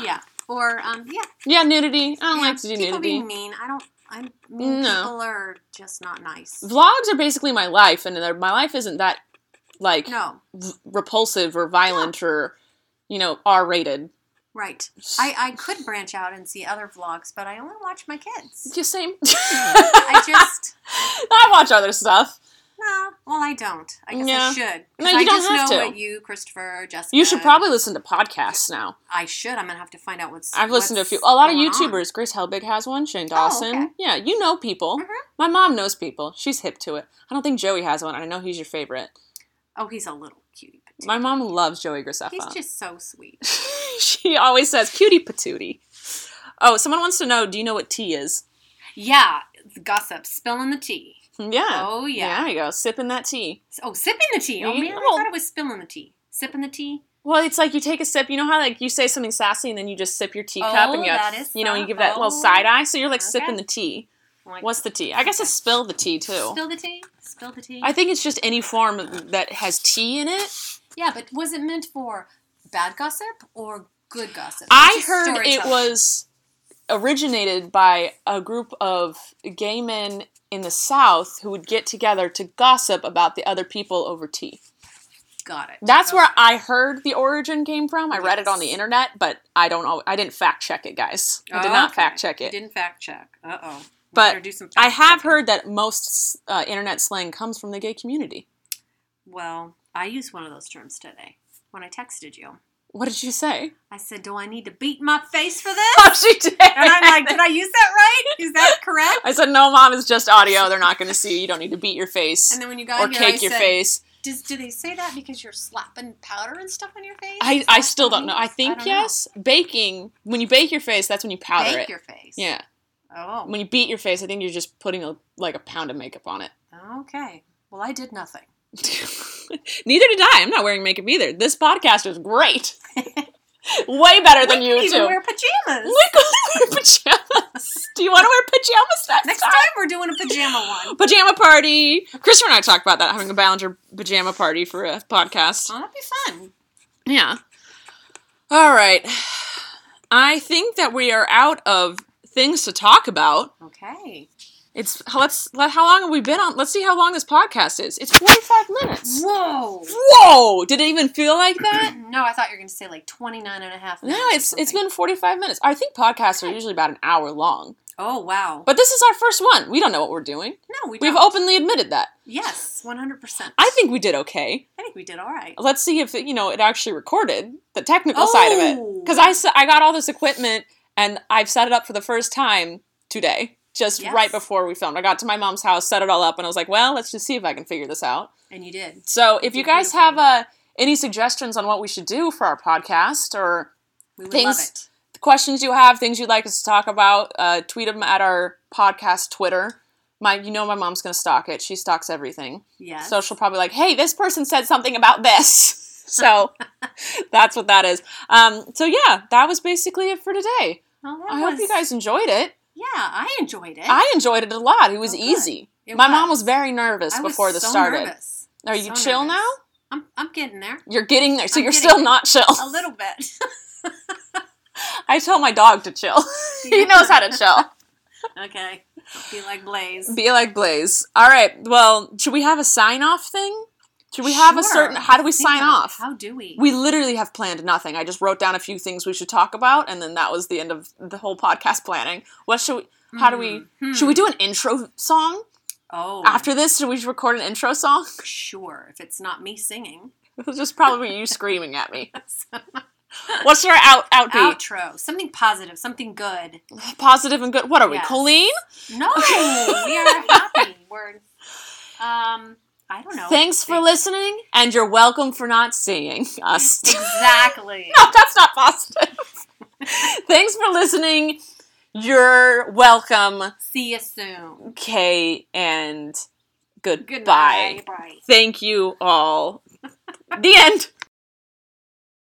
S2: Yeah. Or um, yeah.
S1: Yeah, nudity. I don't
S2: yeah,
S1: like to do
S2: people
S1: nudity.
S2: being mean. I don't. I'm mean
S1: No.
S2: people are just not nice.
S1: Vlogs are basically my life, and they're- my life isn't that like
S2: No,
S1: v- repulsive or violent or you know R rated.
S2: right. I I could branch out and see other vlogs, but I only watch my kids.
S1: Yeah, same.
S2: I just
S1: I watch other stuff.
S2: no. Well, I don't. I guess
S1: Yeah.
S2: I should. 'Cause
S1: No, you
S2: I
S1: don't
S2: just
S1: have
S2: know
S1: to.
S2: what you, Christopher, Jessica.
S1: You should probably listen to podcasts now.
S2: I should. I'm gonna have to find out what's.
S1: I've listened to a
S2: what's
S1: few. A lot of
S2: going on.
S1: YouTubers. Grace Helbig has one. Shane
S2: Oh,
S1: Dawson.
S2: okay.
S1: Yeah, you know people.
S2: Mhm.
S1: My mom knows people. She's hip to it. I don't think Joey has one. I know he's your favorite.
S2: Oh, he's a little cutie. patootie.
S1: My mom loves Joey
S2: He's
S1: Graceffa.
S2: just so sweet.
S1: she always says cutie patootie. Oh, someone wants to know. Do you know what tea is?
S2: Yeah, gossip, spilling the tea.
S1: Hmm, Yeah.
S2: Oh
S1: There
S2: yeah.
S1: you go. Sipping that tea.
S2: Oh, sipping the tea. Oh
S1: Yeah,
S2: man, I
S1: well-
S2: thought it was spilling the tea. Sipping the tea.
S1: Well, it's like you take a sip. You know how like you say something sassy and then you just sip your teacup and
S2: Oh,
S1: you,
S2: that is
S1: you know, you
S2: sa-
S1: give that little
S2: oh.
S1: side eye. So you're like
S2: Okay.
S1: sipping the tea.
S2: I'm Like,
S1: What's the tea? I guess it's spill the tea too.
S2: spill the tea? Spill the tea.
S1: I think it's just any form that has tea in it.
S2: yeah, but was it meant for bad gossip or good gossip?
S1: I
S2: Just
S1: heard it
S2: storytelling.
S1: was originated by a group of gay men in the South who would get together to gossip about the other people over tea.
S2: Got it.
S1: That's
S2: Okay.
S1: where I heard the origin came from. I read it on the
S2: Yes.
S1: internet, but I don't know. I didn't fact check it, guys. I did not
S2: Okay.
S1: fact check
S2: Oh, You
S1: it.
S2: didn't fact check. Uh oh.
S1: But
S2: do some
S1: I have
S2: fact-checking.
S1: heard that most uh, internet slang comes from the gay community.
S2: Well, I used one of those terms today when I texted you.
S1: What did you say?
S2: I said, "Do I need to beat my face for this?"
S1: Oh, she did.
S2: And I'm like, "Did I use that right? Is that correct?"
S1: I said, no, mom, it's just audio. They're not going to see you. You don't need to beat your face
S2: And then when you got
S1: or
S2: here,
S1: cake
S2: I
S1: your
S2: said,
S1: face.
S2: Does do they say that because you're slapping powder and stuff on your face?
S1: I,
S2: Is
S1: I
S2: that
S1: still
S2: what it
S1: don't know. I
S2: means?
S1: think
S2: don't know.
S1: yes. Baking when you bake your face, that's when you powder
S2: Bake
S1: it.
S2: your face.
S1: yeah.
S2: Oh.
S1: When you beat your face, I think you're just putting a, like a pound of makeup on it.
S2: Okay. Well, I did nothing.
S1: Neither did I. I'm not wearing makeup either. This podcast is great. Way better than
S2: We
S1: you
S2: even
S1: two.
S2: wear pajamas.
S1: We could wear pajamas. Do you want to wear pajamas next,
S2: Next
S1: time?
S2: time we're doing a pajama one.
S1: Pajama party. Christopher and I talked about that having a Ballinger pajama party for a podcast.
S2: Oh, that'd be fun.
S1: Yeah. All right. I think that we are out of things to talk about.
S2: Okay.
S1: It's let's let how long have we been on? Let's see how long this podcast is. It's 45 minutes.
S2: Whoa.
S1: Whoa! Did it even feel like that?
S2: No, I thought you were going to say like 29 and a half
S1: No,
S2: minutes. or
S1: it's it's
S2: something.
S1: been 45 minutes. I think podcasts are usually about an hour long.
S2: Oh, wow.
S1: But this is our first one. We don't know what we're doing.
S2: no, we
S1: We've
S2: don't.
S1: openly admitted that.
S2: yes, 100%.
S1: I think we did okay.
S2: I think we did all right.
S1: Let's see if you know it actually recorded the technical side of
S2: Oh.
S1: it. Because I s- I got all this equipment and I've set it up for the first time today, just
S2: Yes.
S1: right before we filmed. I got to my mom's house, set it all up, and I was like, well, let's just see if I can figure this out.
S2: And you did.
S1: So if you
S2: Did
S1: guys
S2: beautiful.
S1: have uh, any suggestions on what we should do for our podcast or
S2: We would love
S1: Things-
S2: it.
S1: questions you have, things you'd like us to talk about, uh, tweet them at our podcast Twitter. My, you know, my mom's gonna stalk it. She stalks everything.
S2: Yes.
S1: So she'll probably like, hey, this person said something about this. So that's what that is. Um, so yeah, that was basically it for today.
S2: Well, that
S1: I
S2: was,
S1: hope you guys enjoyed it.
S2: Yeah, I enjoyed it.
S1: I enjoyed it a lot. It was
S2: Oh, good.
S1: easy.
S2: It
S1: My mom
S2: was.
S1: was very nervous
S2: I was
S1: before this
S2: so
S1: started.
S2: nervous.
S1: Are you
S2: So
S1: chill
S2: nervous.
S1: now?
S2: I'm, I'm getting there.
S1: You're getting there, so
S2: I'm
S1: you're
S2: getting
S1: still
S2: there.
S1: not chill.
S2: A little bit.
S1: I tell my dog to chill. he knows how to chill.
S2: Okay. Be like Blaze.
S1: Be like Blaze. All right. Well, should we have a sign off thing? Should we have a
S2: Sure.
S1: certain? How do we
S2: Think
S1: sign
S2: about
S1: off?
S2: How do we?
S1: We literally have planned nothing. I just wrote down a few things we should talk about, and then that was the end of the whole podcast planning. What should we? How do we?
S2: Hmm,
S1: Should we
S2: hmm.
S1: do an intro song
S2: Oh,
S1: after this? Should we record an intro song?
S2: sure. If it's not me singing,
S1: It'll just probably you screaming at me. What should our out outbeat?
S2: outro, something positive, something good.
S1: Positive and good. What are we,
S2: Yes.
S1: Colleen?
S2: No, we are happy. We're, um, I don't know.
S1: Thanks for listening, and you're welcome for not seeing us.
S2: Exactly.
S1: no, that's not positive. Thanks for listening. You're welcome.
S2: See you soon.
S1: Okay, and goodbye.
S2: Good night. Bye.
S1: Thank you all. the end.